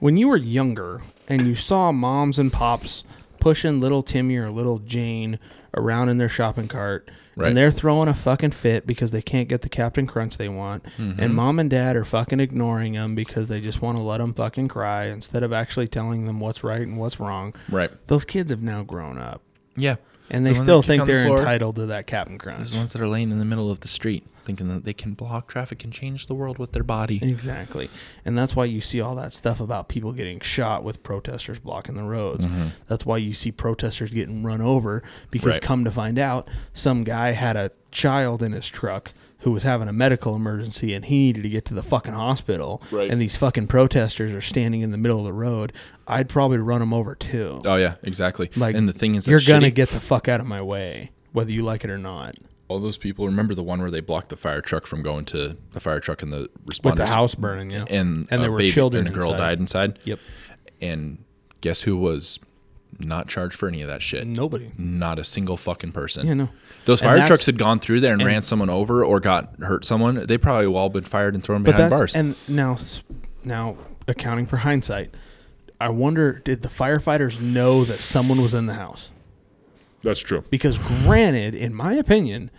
S2: when you were younger and you saw moms and pops pushing little Timmy or little Jane around in their shopping cart,
S1: Right.
S2: and they're throwing a fucking fit because they can't get the Captain Crunch they want,
S1: Mm-hmm.
S2: and mom and dad are fucking ignoring them because they just want to let them fucking cry instead of actually telling them what's right and what's wrong.
S1: Right.
S2: Those kids have now grown up.
S1: Yeah.
S2: And they
S1: The one
S2: still
S1: that kick
S2: think
S1: on the
S2: they're
S1: floor.
S2: entitled to that Captain Crunch.
S1: Those ones that are laying in the middle of the street thinking that they can block traffic and change the world with their body.
S2: Exactly. And that's why you see all that stuff about people getting shot with protesters blocking the roads. That's why you see protesters getting run over because
S1: Mm-hmm. Right.
S2: come to find out, some guy had a child in his truck who was having a medical emergency and he needed to get to the fucking hospital,
S1: Right.
S2: and these fucking protesters are standing in the middle of the road, I'd probably run them over too.
S1: Oh yeah, exactly.
S2: Like,
S1: and the thing is, that
S2: you're gonna
S1: shitty-
S2: get the fuck out of my way, whether you like it or not.
S1: all those people. Remember the one where they blocked the fire truck from going to the fire truck and the responders
S2: With the house burning, yeah,
S1: and
S2: and
S1: a
S2: there were
S1: baby
S2: children
S1: and a girl
S2: inside.
S1: died inside.
S2: Yep,
S1: And guess who was not charged for any of that shit?
S2: nobody.
S1: Not a single fucking person.
S2: Yeah, no.
S1: Those
S2: And
S1: fire
S2: that's-
S1: trucks had gone through there and, ran someone over or got hurt someone. They probably all been fired and thrown
S2: But
S1: behind
S2: that's
S1: bars.
S2: and now, s- now accounting for hindsight, I wonder did the firefighters know that someone was in the house?
S1: that's true.
S2: Because granted, in my opinion,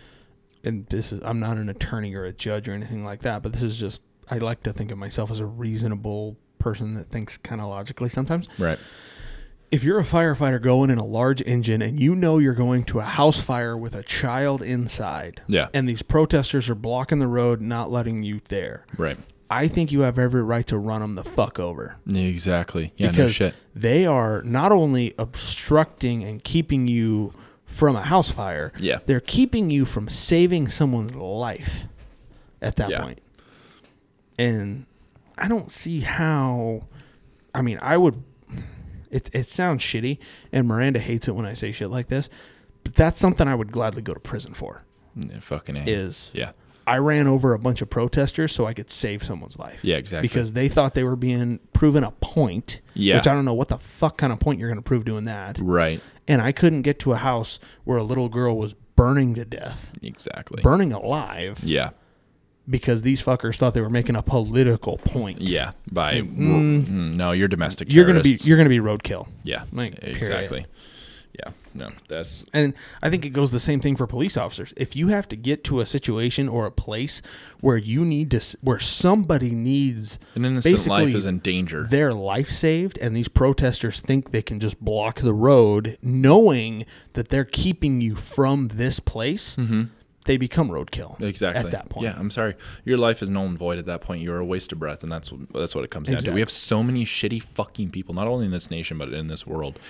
S2: and this is I'm not an attorney or a judge or anything like that, but this is just I like to think of myself as a reasonable person that thinks kind of logically sometimes.
S1: Right.
S2: If you're a firefighter going in a large engine and you know you're going to a house fire with a child inside,
S1: Yeah.
S2: and these protesters are blocking the road, not letting you there,
S1: Right.
S2: I think you have every right to run them the fuck over
S1: Exactly. Yeah. no
S2: because
S1: shit.
S2: they are not only obstructing and keeping you from a house fire,
S1: Yeah.
S2: they're keeping you from saving someone's life at that
S1: Yeah.
S2: point. And I don't see how. I mean, I would. It it sounds shitty, and Miranda hates it when I say shit like this, but that's something I would gladly go to prison for.
S1: Yeah, fucking A.
S2: Is
S1: Yeah.
S2: I ran over a bunch of protesters so I could save someone's life.
S1: Yeah, exactly.
S2: Because they thought they were being proven a point.
S1: Yeah.
S2: Which I don't know what the fuck kind of point you're going to prove doing that.
S1: Right.
S2: And I couldn't get to a house where a little girl was burning to death,
S1: Exactly.
S2: burning alive,
S1: Yeah.
S2: because these fuckers thought they were making a political point.
S1: Yeah. By
S2: mm.
S1: Mm, no, you're domestic.
S2: You're gonna be
S1: terrorists.
S2: you're gonna be roadkill.
S1: Yeah.
S2: Like, period.
S1: exactly. Yeah. No, that's
S2: And I think it goes the same thing for police officers. If you have to get to a situation or a place where you need to, s- where somebody needs
S1: an innocent life
S2: basically
S1: is in danger.
S2: their life saved and these protesters think they can just block the road knowing that they're keeping you from this place they become roadkill
S1: Mm-hmm. Exactly.
S2: at that point
S1: Yeah, I'm sorry. Your life is null and void at that point. You're a waste of breath, and that's what, that's what it comes down to.
S2: Exactly.
S1: We have so many shitty fucking people, not only in this nation but in this world.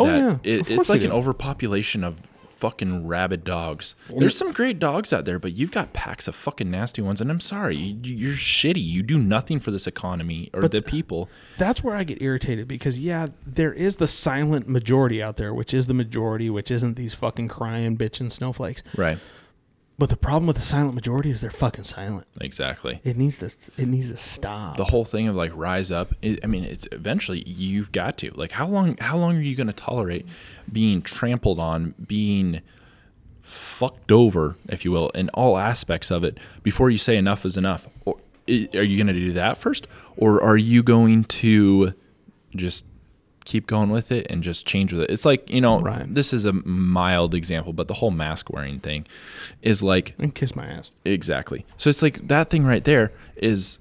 S2: Oh,
S1: that
S2: yeah. Of
S1: it,
S2: course
S1: it's
S2: we
S1: like an
S2: do.
S1: overpopulation of fucking rabid dogs. There's some great dogs out there, but you've got packs of fucking nasty ones, and I'm sorry, you, you're shitty. You do nothing for this economy or the people.
S2: that's where i get irritated because yeah there is the silent majority out there which is the majority which isn't these fucking crying bitching snowflakes
S1: Right.
S2: but the problem with the silent majority is they're fucking silent
S1: Exactly.
S2: it needs to it needs to stop
S1: the whole thing of like rise up it, i mean it's eventually you've got to like how long how long are you going to tolerate being trampled on being fucked over if you will in all aspects of it before you say enough is enough or, i- are you going to do that first or are you going to just keep going with it and just change with it it's like you know
S2: Right.
S1: this is a mild example but the whole mask wearing thing is like
S2: and kiss my ass
S1: Exactly. So it's like that thing right there is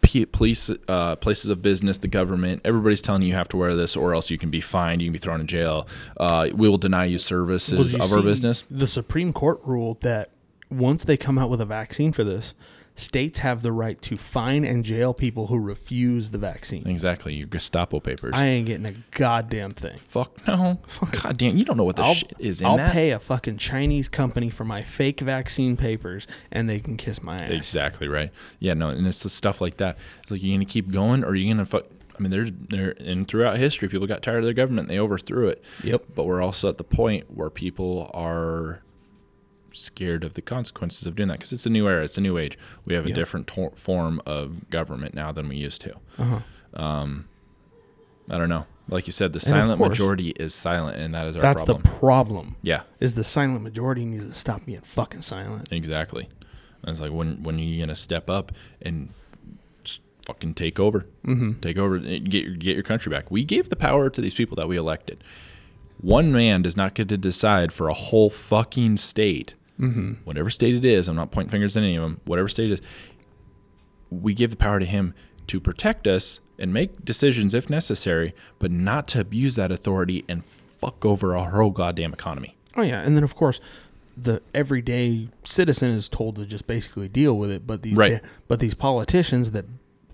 S1: p- police, uh, places of business, the government. Everybody's telling you you have to wear this, or else you can be fined. You can be thrown in jail. Uh, we will deny you
S2: Well,
S1: services
S2: did you
S1: of our
S2: see
S1: business.
S2: The Supreme Court ruled that once they come out with a vaccine for this, states have the right to fine and jail people who refuse the vaccine.
S1: Exactly. Your Gestapo papers.
S2: I ain't getting a goddamn thing.
S1: Fuck no. God damn. You don't know what the
S2: I'll,
S1: shit is in
S2: I'll
S1: that.
S2: pay a fucking Chinese company for my fake vaccine papers, and they can kiss my ass.
S1: Exactly right. Yeah, no, and it's the stuff like that. It's like you're gonna keep going, or you're gonna fuck. I mean, there's there and throughout history, people got tired of their government, and they overthrew it.
S2: Yep.
S1: But we're also at the point where people are scared of the consequences of doing that because it's a new era, it's a new age. We have a
S2: Yep.
S1: different tor- form of government now than we used to. Um,
S2: Uh-huh.
S1: I don't know. Like you said, the
S2: of
S1: silent
S2: course-
S1: majority is silent, and that is our
S2: That's
S1: problem.
S2: the problem.
S1: yeah,
S2: Is the silent majority needs to stop being fucking silent.
S1: exactly. And it's like when when are you gonna step up and s- fucking take over?
S2: Mm-hmm.
S1: take over and get your, get your country back. We gave the power to these people that we elected. One man does not get to decide for a whole fucking state. Mm-hmm. Whatever state it is, I'm not pointing fingers at any of them. Whatever state it is, we give the power to him to protect us and make decisions if necessary, but not to abuse that authority and fuck over our whole goddamn economy.
S2: Oh yeah, and then of course, the everyday citizen is told to just basically deal with it. But these
S1: Right.
S2: but these politicians that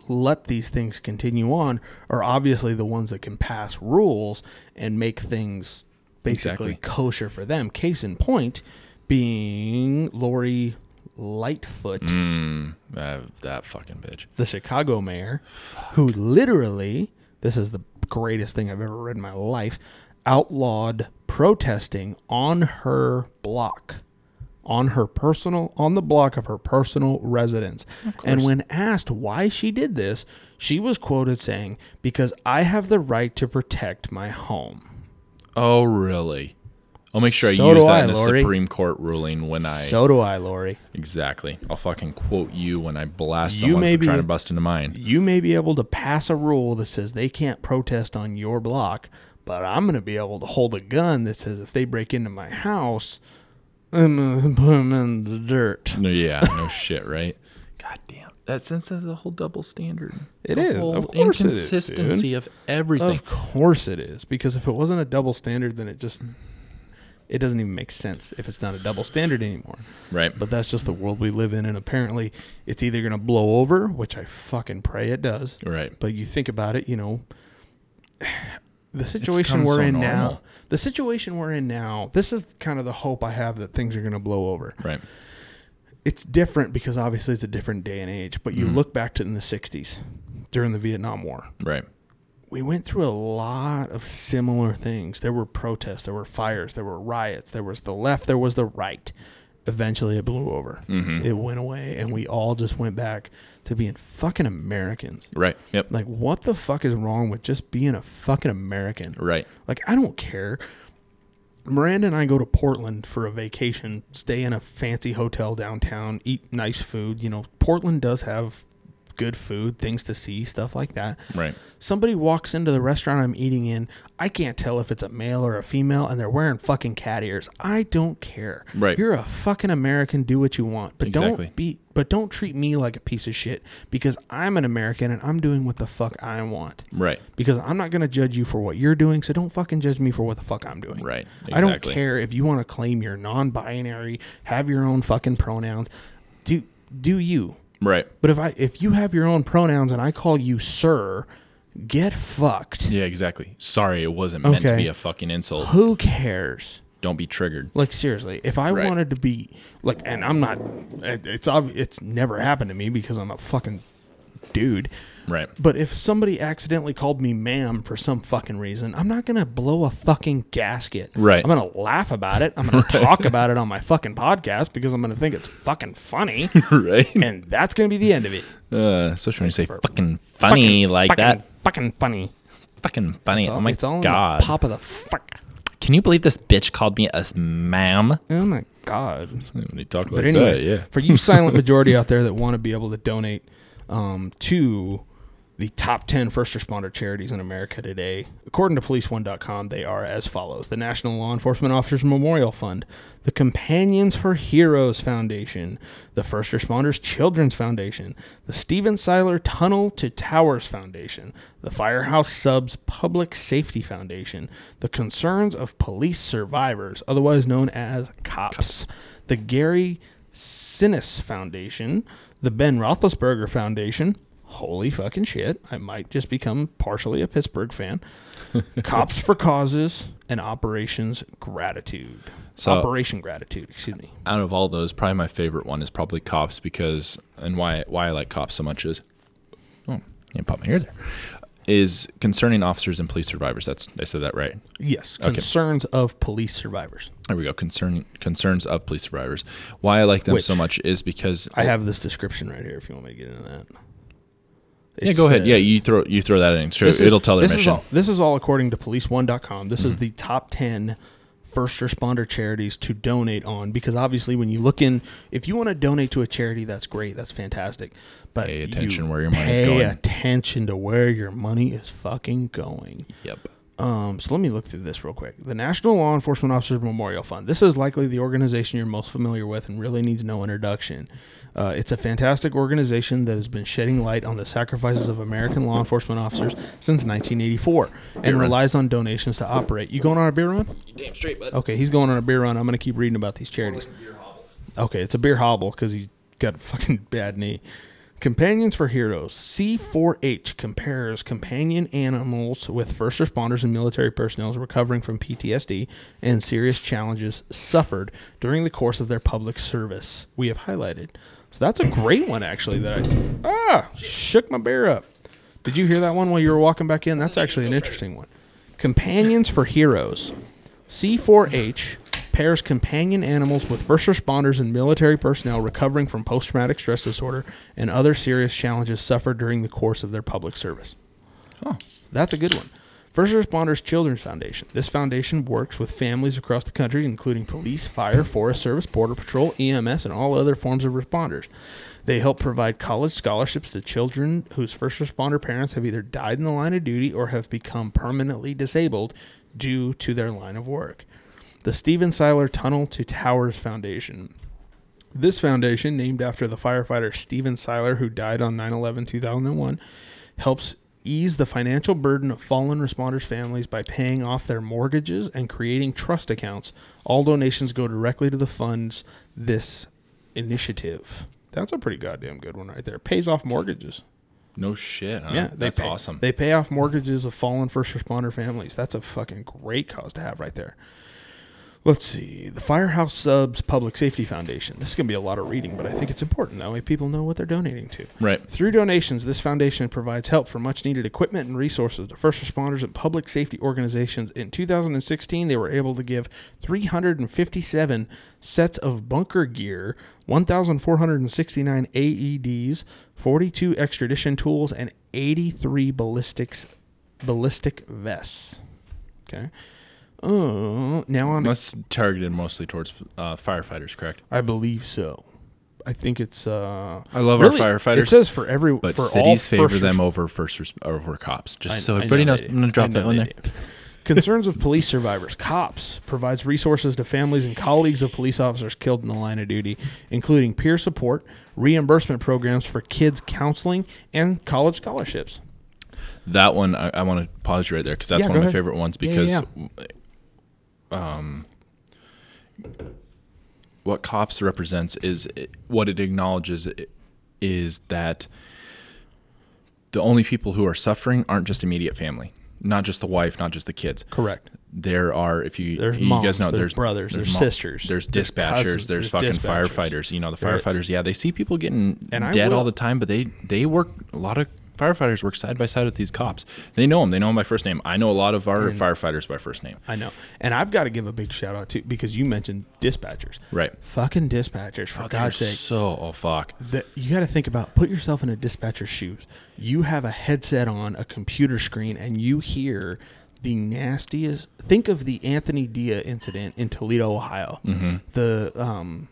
S2: let these things continue on are obviously the ones that can pass rules and make things basically
S1: Exactly.
S2: kosher for them. Case in point, being Lori Lightfoot,
S1: Mm, uh, that fucking bitch.
S2: the Chicago mayor, who literally, this is the greatest thing I've ever read in my life, outlawed protesting on her block, on her personal, on the block of her personal residence. And when asked why she did this, she was quoted saying, Because I have the right to protect my home.
S1: Oh, really? I'll make sure
S2: So
S1: I use
S2: do
S1: that
S2: I,
S1: in a
S2: Lori.
S1: Supreme Court ruling when I
S2: So do I, Lori.
S1: exactly. I'll fucking quote you when I blast
S2: You
S1: someone
S2: may
S1: for trying
S2: be-
S1: to bust into mine.
S2: you may be able to pass a rule that says they can't protest on your block, but I'm going to be able to hold a gun that says if they break into my house, I'm going to put them in the dirt.
S1: No, yeah, no shit, right? God damn, that sense of the whole double standard.
S2: It
S1: It
S2: is.
S1: is
S2: Of course it is, dude.
S1: inconsistency of everything.
S2: Of course it is, because if it wasn't a double standard, then it just it doesn't even make sense if it's not a double standard anymore.
S1: right.
S2: But that's just the world we live in, and apparently it's either going to blow over, which I fucking pray it does,
S1: Right.
S2: But you think about it, you know, the
S1: come
S2: situation we're
S1: so
S2: in now,
S1: normal.
S2: the situation we're in now, this is kind of the hope I have that things are going to blow over.
S1: Right.
S2: It's different because obviously it's a different day and age, but you
S1: Mm-hmm.
S2: look back to in the 60s during the Vietnam War.
S1: Right.
S2: We went through a lot of similar things. There were protests, there were fires, there were riots, there was the left, there was the right. Eventually it blew over.
S1: Mm-hmm.
S2: It went away and we all just went back to being fucking Americans.
S1: Right. Yep.
S2: Like, what the fuck is wrong with just being a fucking American?
S1: right.
S2: Like, I don't care. Miranda and I go to Portland for a vacation, stay in a fancy hotel downtown, eat nice food. You know, Portland does have good food, things to see, stuff like that.
S1: Right.
S2: Somebody walks into the restaurant I'm eating in. I can't tell if it's a male or a female, and they're wearing fucking cat ears. I don't care.
S1: Right.
S2: You're a fucking American. Do what you want, but
S1: Exactly.
S2: don't be. But don't treat me like a piece of shit because I'm an American and I'm doing what the fuck I want.
S1: Right.
S2: Because I'm not gonna judge you for what you're doing, so don't fucking judge me for what the fuck I'm doing.
S1: Right.
S2: I don't
S1: Exactly.
S2: care if you want to claim you're non-binary, have your own fucking pronouns. Do do you?
S1: Right.
S2: But if I if you have your own pronouns and I call you sir, get fucked.
S1: Yeah, exactly. Sorry, it wasn't meant to
S2: Okay.
S1: be a fucking insult.
S2: Who cares?
S1: Don't be triggered.
S2: Like seriously, if I
S1: Right.
S2: wanted to be like, and I'm not, it- it's obvi- it's never happened to me because I'm a fucking dude.
S1: Right.
S2: But if somebody accidentally called me ma'am for some fucking reason, I'm not gonna blow a fucking gasket.
S1: Right.
S2: I'm gonna laugh about it. I'm gonna talk about it on my fucking podcast because I'm gonna think it's fucking funny,
S1: right.
S2: and that's gonna be the end of it.
S1: Uh, especially when you say fucking funny
S2: Fucking-
S1: like
S2: fucking-
S1: that.
S2: Fucking funny.
S1: Fucking funny.
S2: It's all,
S1: oh my
S2: it's all in the
S1: god.
S2: pop of the fuck.
S1: Can you believe this bitch called me a ma'am?
S2: Oh my god.
S1: When you talk like
S2: But anyway,
S1: that, yeah.
S2: for you silent majority out there that want to be able to donate um, to the top 10 first responder charities in America today, according to police1.com, they are as follows the National Law Enforcement Officers Memorial Fund, the Companions for Heroes Foundation, the First Responders Children's Foundation, the Steven Seiler Tunnel to Towers Foundation, the Firehouse Subs Public Safety Foundation, the Concerns of Police Survivors, otherwise known as COPS, the Gary Sinis Foundation, the Ben Roethlisberger Foundation. Holy fucking shit! I might just become partially a Pittsburgh fan. Cops for Causes and Operations Gratitude.
S1: So-
S2: Operation Gratitude. Excuse me.
S1: Out of all those, probably my favorite one is probably cops because and why why I like cops so much is oh, you pop my ear there. Is concerning officers and police survivors. That's I said that right.
S2: Yes. Concerns of police survivors.
S1: There we go. Concern concerns of police survivors. Why I like them so
S2: Which-
S1: much is because
S2: I have this description right here. If you want me to get into that.
S1: yeah.
S2: It
S1: Go ahead.
S2: said-
S1: Yeah, you throw you throw that in. Sure,
S2: This is-
S1: it'll tell their
S2: this Is
S1: mission. Mm-hmm.
S2: all, this is all according to police1.com. This is the top 10 first responder charities to donate on because obviously when you look in if you want to donate to a charity that's great that's fantastic but
S1: Pay
S2: you
S1: attention where your money's
S2: pay
S1: going.
S2: attention to where your money is fucking going
S1: Yep.
S2: um, so let me look through this real quick. The National Law Enforcement Officers Memorial Fund. This is likely the organization you're most familiar with and really needs no introduction. Uh, it's a fantastic organization that has been shedding light on the sacrifices of American law enforcement officers since 1984 and relies on donations to operate. You going on a beer run? You damn straight, bud. Okay, he's going on a beer run. I'm going to keep reading about these charities. Okay, it's a beer hobble because he got a fucking bad knee. Companions for Heroes C4H compares companion animals with first responders and military personnel recovering from PTSD and serious challenges suffered during the course of their public service. We have highlighted. So that's a great one actually that I ah shook my bear up. Did you hear that one while you were walking back in? That's actually an interesting one. Companions for Heroes C4H pairs companion animals with first responders and military personnel recovering from post traumatic stress disorder and other serious challenges suffered during the course of their public service.
S1: Huh.
S2: That's a good one. First Responders Children's Foundation. This foundation works with families across the country, including police, fire, forest service, border patrol, EMS, and all other forms of responders. They help provide college scholarships to children whose first responder parents have either died in the line of duty or have become permanently disabled due to their line of work. The Steven Seiler Tunnel to Towers Foundation. This foundation, named after the firefighter Steven Seiler, who died on 9 11 2001, helps ease the financial burden of fallen responders' families by paying off their mortgages and creating trust accounts. All donations go directly to the funds this initiative. That's a pretty goddamn good one right there. Pays off mortgages.
S1: No shit. Huh?
S2: yeah, they
S1: Uh, that's
S2: pay,
S1: awesome.
S2: They pay off mortgages of fallen first responder families. That's a fucking great cause to have right there. Let's see. The Firehouse Subs Public Safety Foundation. This is going to be a lot of reading, but I think it's important. That way people know what they're donating to.
S1: right.
S2: Through donations, this foundation provides help for much needed equipment and resources to first responders and public safety organizations. In 2016, they were able to give 357 sets of bunker gear, 1,469 AEDs, 42 E extradition tools, and 83 ballistics ballistic vests. Okay. Uh, now on
S1: That's targeted mostly towards uh, firefighters, correct?
S2: I believe so. I think it's. Uh,
S1: I love our
S2: really,
S1: firefighters,
S2: It says for every.
S1: But
S2: for all
S1: cities favor
S2: first
S1: them
S2: res-
S1: over first res- over cops. Just
S2: I-
S1: so
S2: I
S1: everybody
S2: know
S1: knows,
S2: they
S1: I'm
S2: do.
S1: gonna drop
S2: I
S1: that
S2: know
S1: one
S2: they
S1: there.
S2: do. Concerns with police survivors. Cops provides resources to families and colleagues of police officers killed in the line of duty, including peer support, reimbursement programs for kids counseling, and college scholarships.
S1: That one, I, I want to pause you right there because that's
S2: Yeah,
S1: one of
S2: go
S1: my
S2: ahead.
S1: favorite ones.
S2: Yeah, yeah,
S1: Because,
S2: yeah.
S1: um, what cops represents is it, what it acknowledges i- is that the only people who are suffering aren't just immediate family, not just the wife, not just the kids.
S2: Correct.
S1: There are, if you,
S2: There's
S1: you guys
S2: moms,
S1: know,
S2: there's
S1: there's,
S2: brothers, there's
S1: mom-
S2: sisters,
S1: there's
S2: there's
S1: dispatchers, there's,
S2: cousins, there's
S1: fucking
S2: dispatchers.
S1: firefighters. You know, the
S2: There is.
S1: firefighters, yeah, they see people getting
S2: And I
S1: dead
S2: will-
S1: all the time, but they they work a lot of firefighters work side by side with these cops. They know them. They know them by first name. I know a lot of our firefighters by first name.
S2: I know. And I've got to give a big shout out to because you mentioned dispatchers.
S1: Right.
S2: Fucking dispatchers, for
S1: They're
S2: God's sake.
S1: so oh fuck.
S2: that you got to think about put yourself in a dispatcher's shoes you have a headset on a computer screen and you hear the nastiest think of the anthony dia incident in toledo ohio the um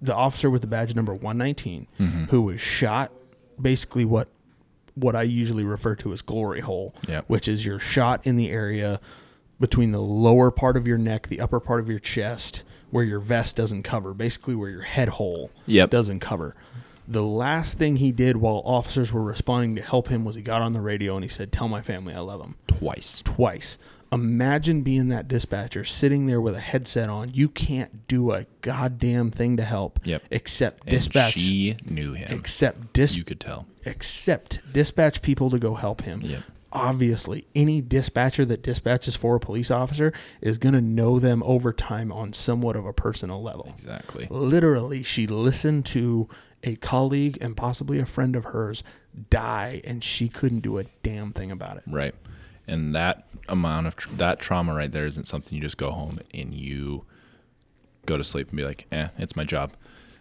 S2: the officer with the badge number 119 who was shot basically what what i usually refer to as glory hole
S1: Yep.
S2: which is you're shot in the area between the lower part of your neck the upper part of your chest where your vest doesn't cover basically where your head hole
S1: Yep.
S2: doesn't cover the last thing he did while officers were responding to help him was he got on the radio and he said tell my family i love them
S1: Twice.
S2: twice. Imagine being that dispatcher sitting there with a headset on. You can't do a goddamn thing to help.
S1: Yep.
S2: Except
S1: And
S2: dispatch.
S1: She knew him.
S2: except dis.
S1: you could tell.
S2: Except dispatch people to go help him.
S1: Yep.
S2: Obviously, any dispatcher that dispatches for a police officer is gonna know them over time on somewhat of a personal level.
S1: Exactly.
S2: Literally, she listened to a colleague and possibly a friend of hers die, and she couldn't do a damn thing about it.
S1: Right. And that amount of tr- that trauma right there isn't something you just go home and you go to sleep and be like, "Eh, it's my job."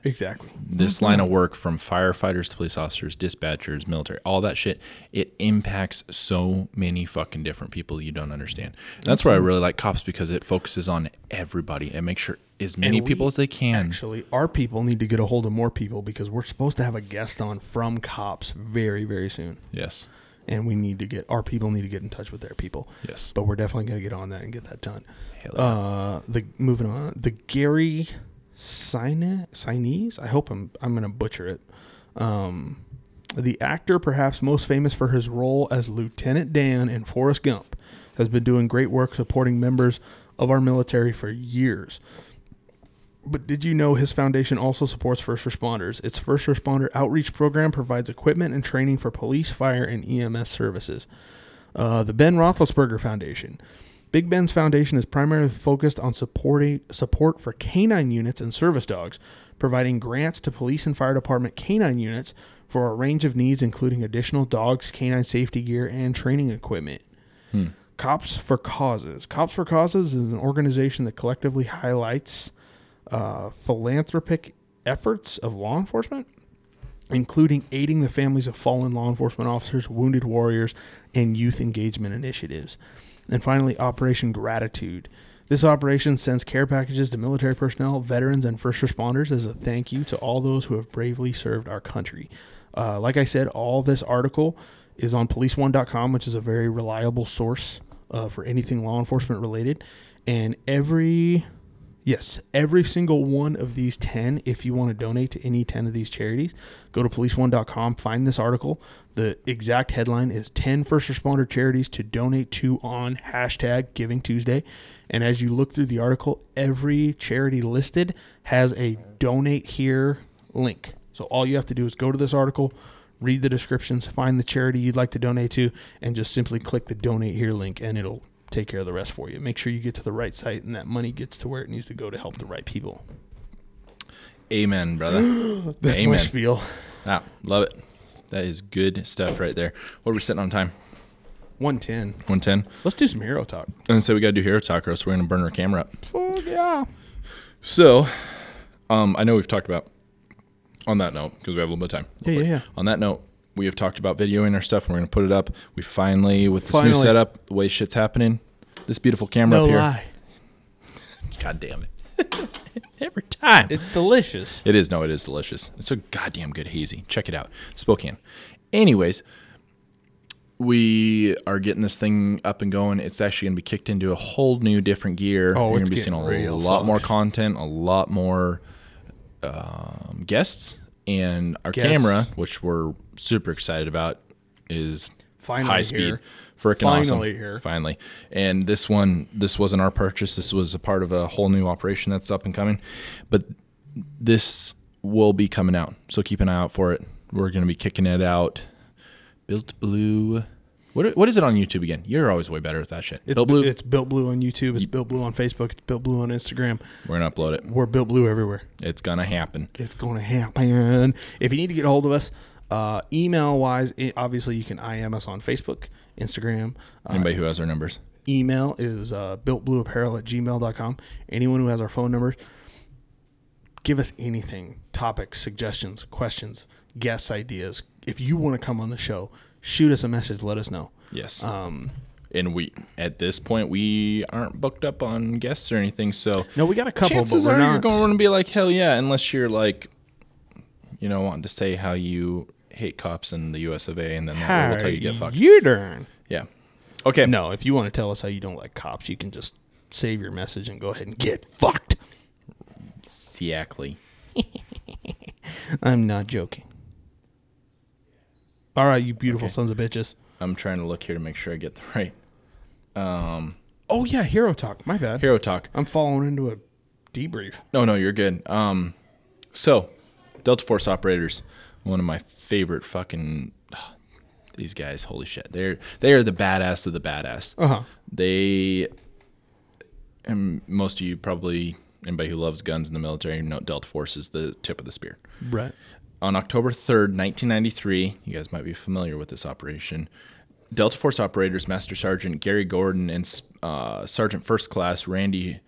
S2: Exactly.
S1: this line of work from firefighters to police officers, dispatchers, military, all that shit, it impacts so many fucking different people you don't understand. And that's why I really like cops because it focuses on everybody and makes sure as many
S2: we
S1: people as they can.
S2: Actually, our people need to get a hold of more people because we're supposed to have a guest on from cops very, very soon.
S1: yes.
S2: And we need to get our people need to get in touch with their people.
S1: Yes.
S2: But we're definitely going to get on that and get that done.
S1: Hell yeah.
S2: Uh, the moving on the Gary Sine Sinise. I hope I'm I'm going to butcher it. Um, the actor, perhaps most famous for his role as Lieutenant Dan in Forrest Gump, has been doing great work supporting members of our military for years. But did you know his foundation also supports first responders? Its first responder outreach program provides equipment and training for police, fire, and EMS services. Uh, the Ben Roethlisberger Foundation. Big Ben's foundation is primarily focused on supporting support for canine units and service dogs, providing grants to police and fire department canine units for a range of needs, including additional dogs, canine safety gear, and training equipment. Cops for Causes. Cops for Causes is an organization that collectively highlights uh, philanthropic efforts of law enforcement, including aiding the families of fallen law enforcement officers, wounded warriors, and youth engagement initiatives. And finally, Operation Gratitude. This operation sends care packages to military personnel, veterans, and first responders as a thank you to all those who have bravely served our country. Uh, like I said, all this article is on policeone.com, which is a very reliable source uh, for anything law enforcement related. And every Yes, every single one of these 10, if you want to donate to any 10 of these charities, go to policeone.com, find this article. The exact headline is 10 first responder charities to donate to on hashtag Giving Tuesday. And as you look through the article, every charity listed has a donate here link. So all you have to do is go to this article, read the descriptions, find the charity you'd like to donate to, and just simply click the donate here link and it'll take care of the rest for you. Make sure you get to the right site and that money gets to where it needs to go to help the right people.
S1: Amen, brother.
S2: That's my
S1: Amen.
S2: spiel.
S1: ah, love it. That is good stuff right there. What are we sitting on time?
S2: 110.
S1: 110.
S2: Let's do some hero talk.
S1: And so we got to do hero talk, or else we're going to burn our camera up.
S2: Oh, yeah.
S1: So, um, I know we've talked about, on that note, because we have a little bit of time.
S2: Yeah, yeah, yeah.
S1: On that note, we have talked about videoing our stuff, and we're going to put it up. We finally, with this new
S2: Finally.
S1: setup, the way shit's happening, this beautiful camera
S2: No
S1: up here.
S2: lie.
S1: God damn it. Every time.
S2: It's delicious.
S1: It is. No, it is delicious. It's a goddamn good hazy. Check it out. Spokane. Anyways, we are getting this thing up and going. It's actually going to be kicked into a whole new different gear.
S2: Oh,
S1: You're
S2: it's
S1: to be seeing a
S2: getting real,
S1: lot more
S2: folks.
S1: content, a lot more um, guests, and our
S2: Guests.
S1: camera, which we're super excited about, is
S2: Finally
S1: high speed.
S2: here.
S1: Freaking awesome.
S2: Finally here.
S1: Finally. And this one, this wasn't our purchase. This was a part of a whole new operation that's up and coming. But this will be coming out. So keep an eye out for it. We're going to be kicking it out. Built Blue. What, what is it on YouTube again? You're always way better at that shit.
S2: It's
S1: Built Blue.
S2: It's Built Blue on YouTube. It's Built Blue on Facebook. It's Built Blue on Instagram.
S1: We're going to upload it.
S2: We're Built Blue everywhere.
S1: It's going to happen.
S2: It's going to happen. If you need to get a hold of us, uh, email wise, i obviously you can IM us on Facebook, Instagram. Uh,
S1: Anybody who has our numbers.
S2: email is uh, builtblueapparel at gmail.com. Anyone who has our phone numbers, give us anything topics, suggestions, questions, guest ideas. If you want to come on the show, shoot us a message. Let us know.
S1: Yes.
S2: Um,
S1: and we, at this point, we aren't booked up on guests or anything. So
S2: no, we got a couple,
S1: chances
S2: but we're
S1: are you're
S2: not.
S1: going to be like hell yeah unless you're like you know wanting to say how you hate cops in the us of a and then that will tell you to get fucked
S2: You darn.
S1: yeah okay
S2: No, if you want to tell us how you don't like cops, you can just save your message and go ahead and get fucked.
S1: exactly
S2: I'm not joking. All right, you beautiful sons of bitches.
S1: i'm trying to look here to make sure i get the right
S2: Oh yeah, hero talk. My bad.
S1: hero talk
S2: I'm falling into a debrief.
S1: no no you're good um so delta force operators one of my favorite fucking these guys holy shit they're they are the badass of the badass
S2: Uh huh.
S1: they and most of you probably anybody who loves guns in the military know delta force is the tip of the spear
S2: Right.
S1: on october 3rd 1993 you guys might be familiar with this operation delta force operators master sergeant gary gordon and uh, sergeant first class randy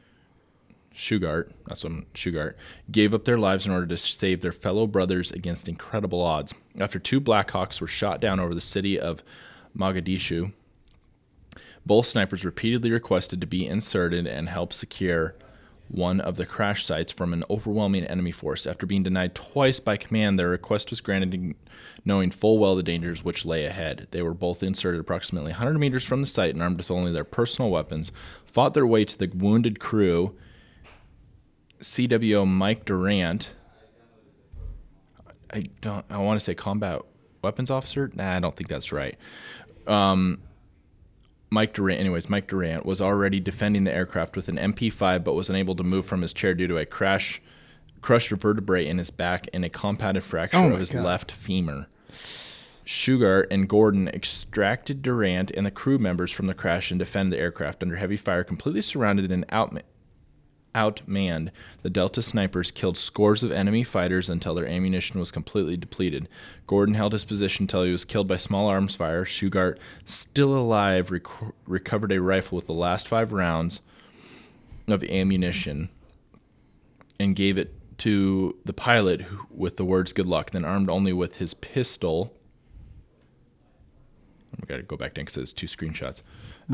S1: Shugart, that's what Shugart, gave up their lives in order to save their fellow brothers against incredible odds. After two Blackhawks were shot down over the city of Mogadishu, both snipers repeatedly requested to be inserted and help secure one of the crash sites from an overwhelming enemy force. After being denied twice by command, their request was granted, knowing full well the dangers which lay ahead. They were both inserted approximately 100 meters from the site and armed with only their personal weapons, fought their way to the wounded crew. CWO Mike Durant. I don't. I want to say combat weapons officer. Nah, I don't think that's right. Um, Mike Durant, anyways, Mike Durant was already defending the aircraft with an MP5, but was unable to move from his chair due to a crash, crushed vertebrae in his back, and a compounded fracture
S4: Oh my
S1: of his
S4: God.
S1: left femur. Sugar and Gordon extracted Durant and the crew members from the crash and defended the aircraft under heavy fire, completely surrounded and out, outmanned. The Delta snipers killed scores of enemy fighters until their ammunition was completely depleted. Gordon held his position until he was killed by small arms fire. Shugart, still alive, rec- recovered a rifle with the last five rounds of ammunition and gave it to the pilot who, with the words good luck, then armed only with his pistol. I gotta go back down because it's two screenshots.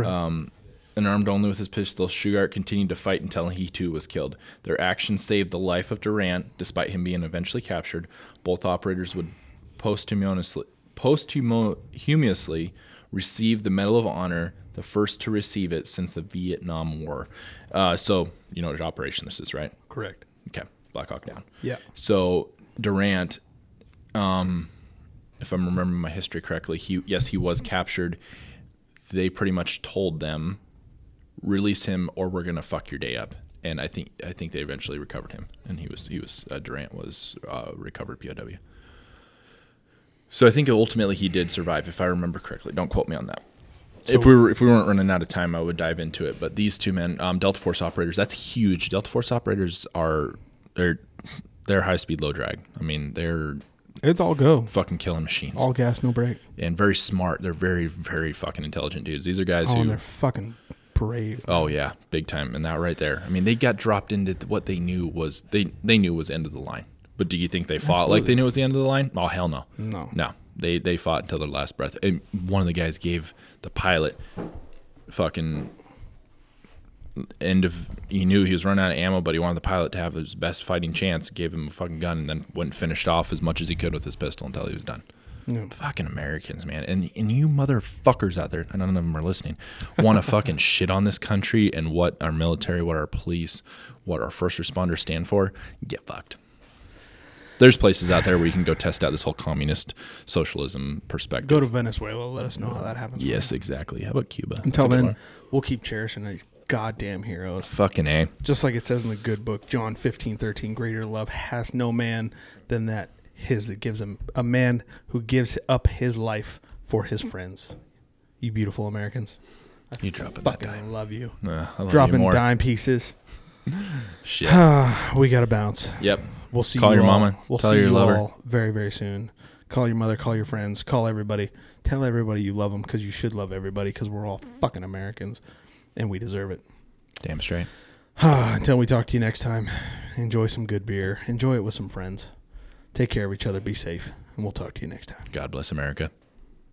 S1: Um, and armed only with his pistol, Shugart continued to fight until he too was killed. Their action saved the life of Durant, despite him being eventually captured. Both operators would posthumously, posthumously receive the Medal of Honor, the first to receive it since the Vietnam War. Uh, so, you know which operation this is, right?
S2: Correct.
S1: Okay, Black Hawk Down.
S2: Yeah.
S1: So Durant, um, if I'm remembering my history correctly, he yes he was captured. They pretty much told them, release him or we're gonna fuck your day up. And I think I think they eventually recovered him, and he was he was uh, Durant was uh, recovered POW. So I think ultimately he did survive, if I remember correctly. Don't quote me on that. if we were if we weren't running out of time, I would dive into it. But these two men, um, Delta Force operators, that's huge. Delta Force operators are they're they're high speed, low drag. I mean, they're
S4: It's all go.
S1: fucking killing machines
S4: All gas, no brake.
S1: and very smart. They're very very fucking intelligent dudes. These are guys
S4: Oh, and
S1: who.
S4: they're fucking brave.
S1: Oh yeah, big time, and that right there. I mean, they got dropped into th- what they knew was they they knew was end of the line. But do you think they fought like they knew it was the end of the line? Oh hell no.
S4: No.
S1: No, they they fought until their last breath. And one of the guys gave the pilot fucking end of. He knew he was running out of ammo, but he wanted the pilot to have his best fighting chance. Gave him a fucking gun, and then went and finished off as much as he could with his pistol until he was done. Fucking Americans, man, and and you motherfuckers out there, and none of them are listening, want to fucking shit on this country and what our military, what our police, what our first responders stand for. Get fucked there's places out there where you can go test out this whole communist socialism perspective.
S2: Go to Venezuela. Let us know how that happens.
S1: yes, exactly. How about Cuba? That's a
S2: Until
S1: good
S2: then,
S1: one.
S2: we'll keep cherishing these goddamn heroes.
S1: fucking a.
S2: Just like it says in the good book, John fifteen thirteen. greater love has no man than that his that gives him a man who gives up his life for his friends. You beautiful Americans.
S1: You dropping that dime?
S2: Fucking love you.
S1: Uh, I love
S2: Dropping
S1: you more.
S2: dime pieces.
S1: Shit.
S2: We gotta bounce.
S1: yep.
S2: We'll see.
S1: Call
S2: you
S1: your
S2: all-
S1: mama.
S2: We'll
S1: Tell
S2: see
S1: your
S2: you
S1: lover.
S2: all very very soon. Call your mother. Call your friends. Call everybody. Tell everybody you love them because you should love everybody because we're all fucking Americans, and we deserve it.
S1: Damn straight.
S2: Until we talk to you next time, enjoy some good beer. Enjoy it with some friends. Take care of each other. Be safe, and we'll talk to you next time.
S1: God bless America.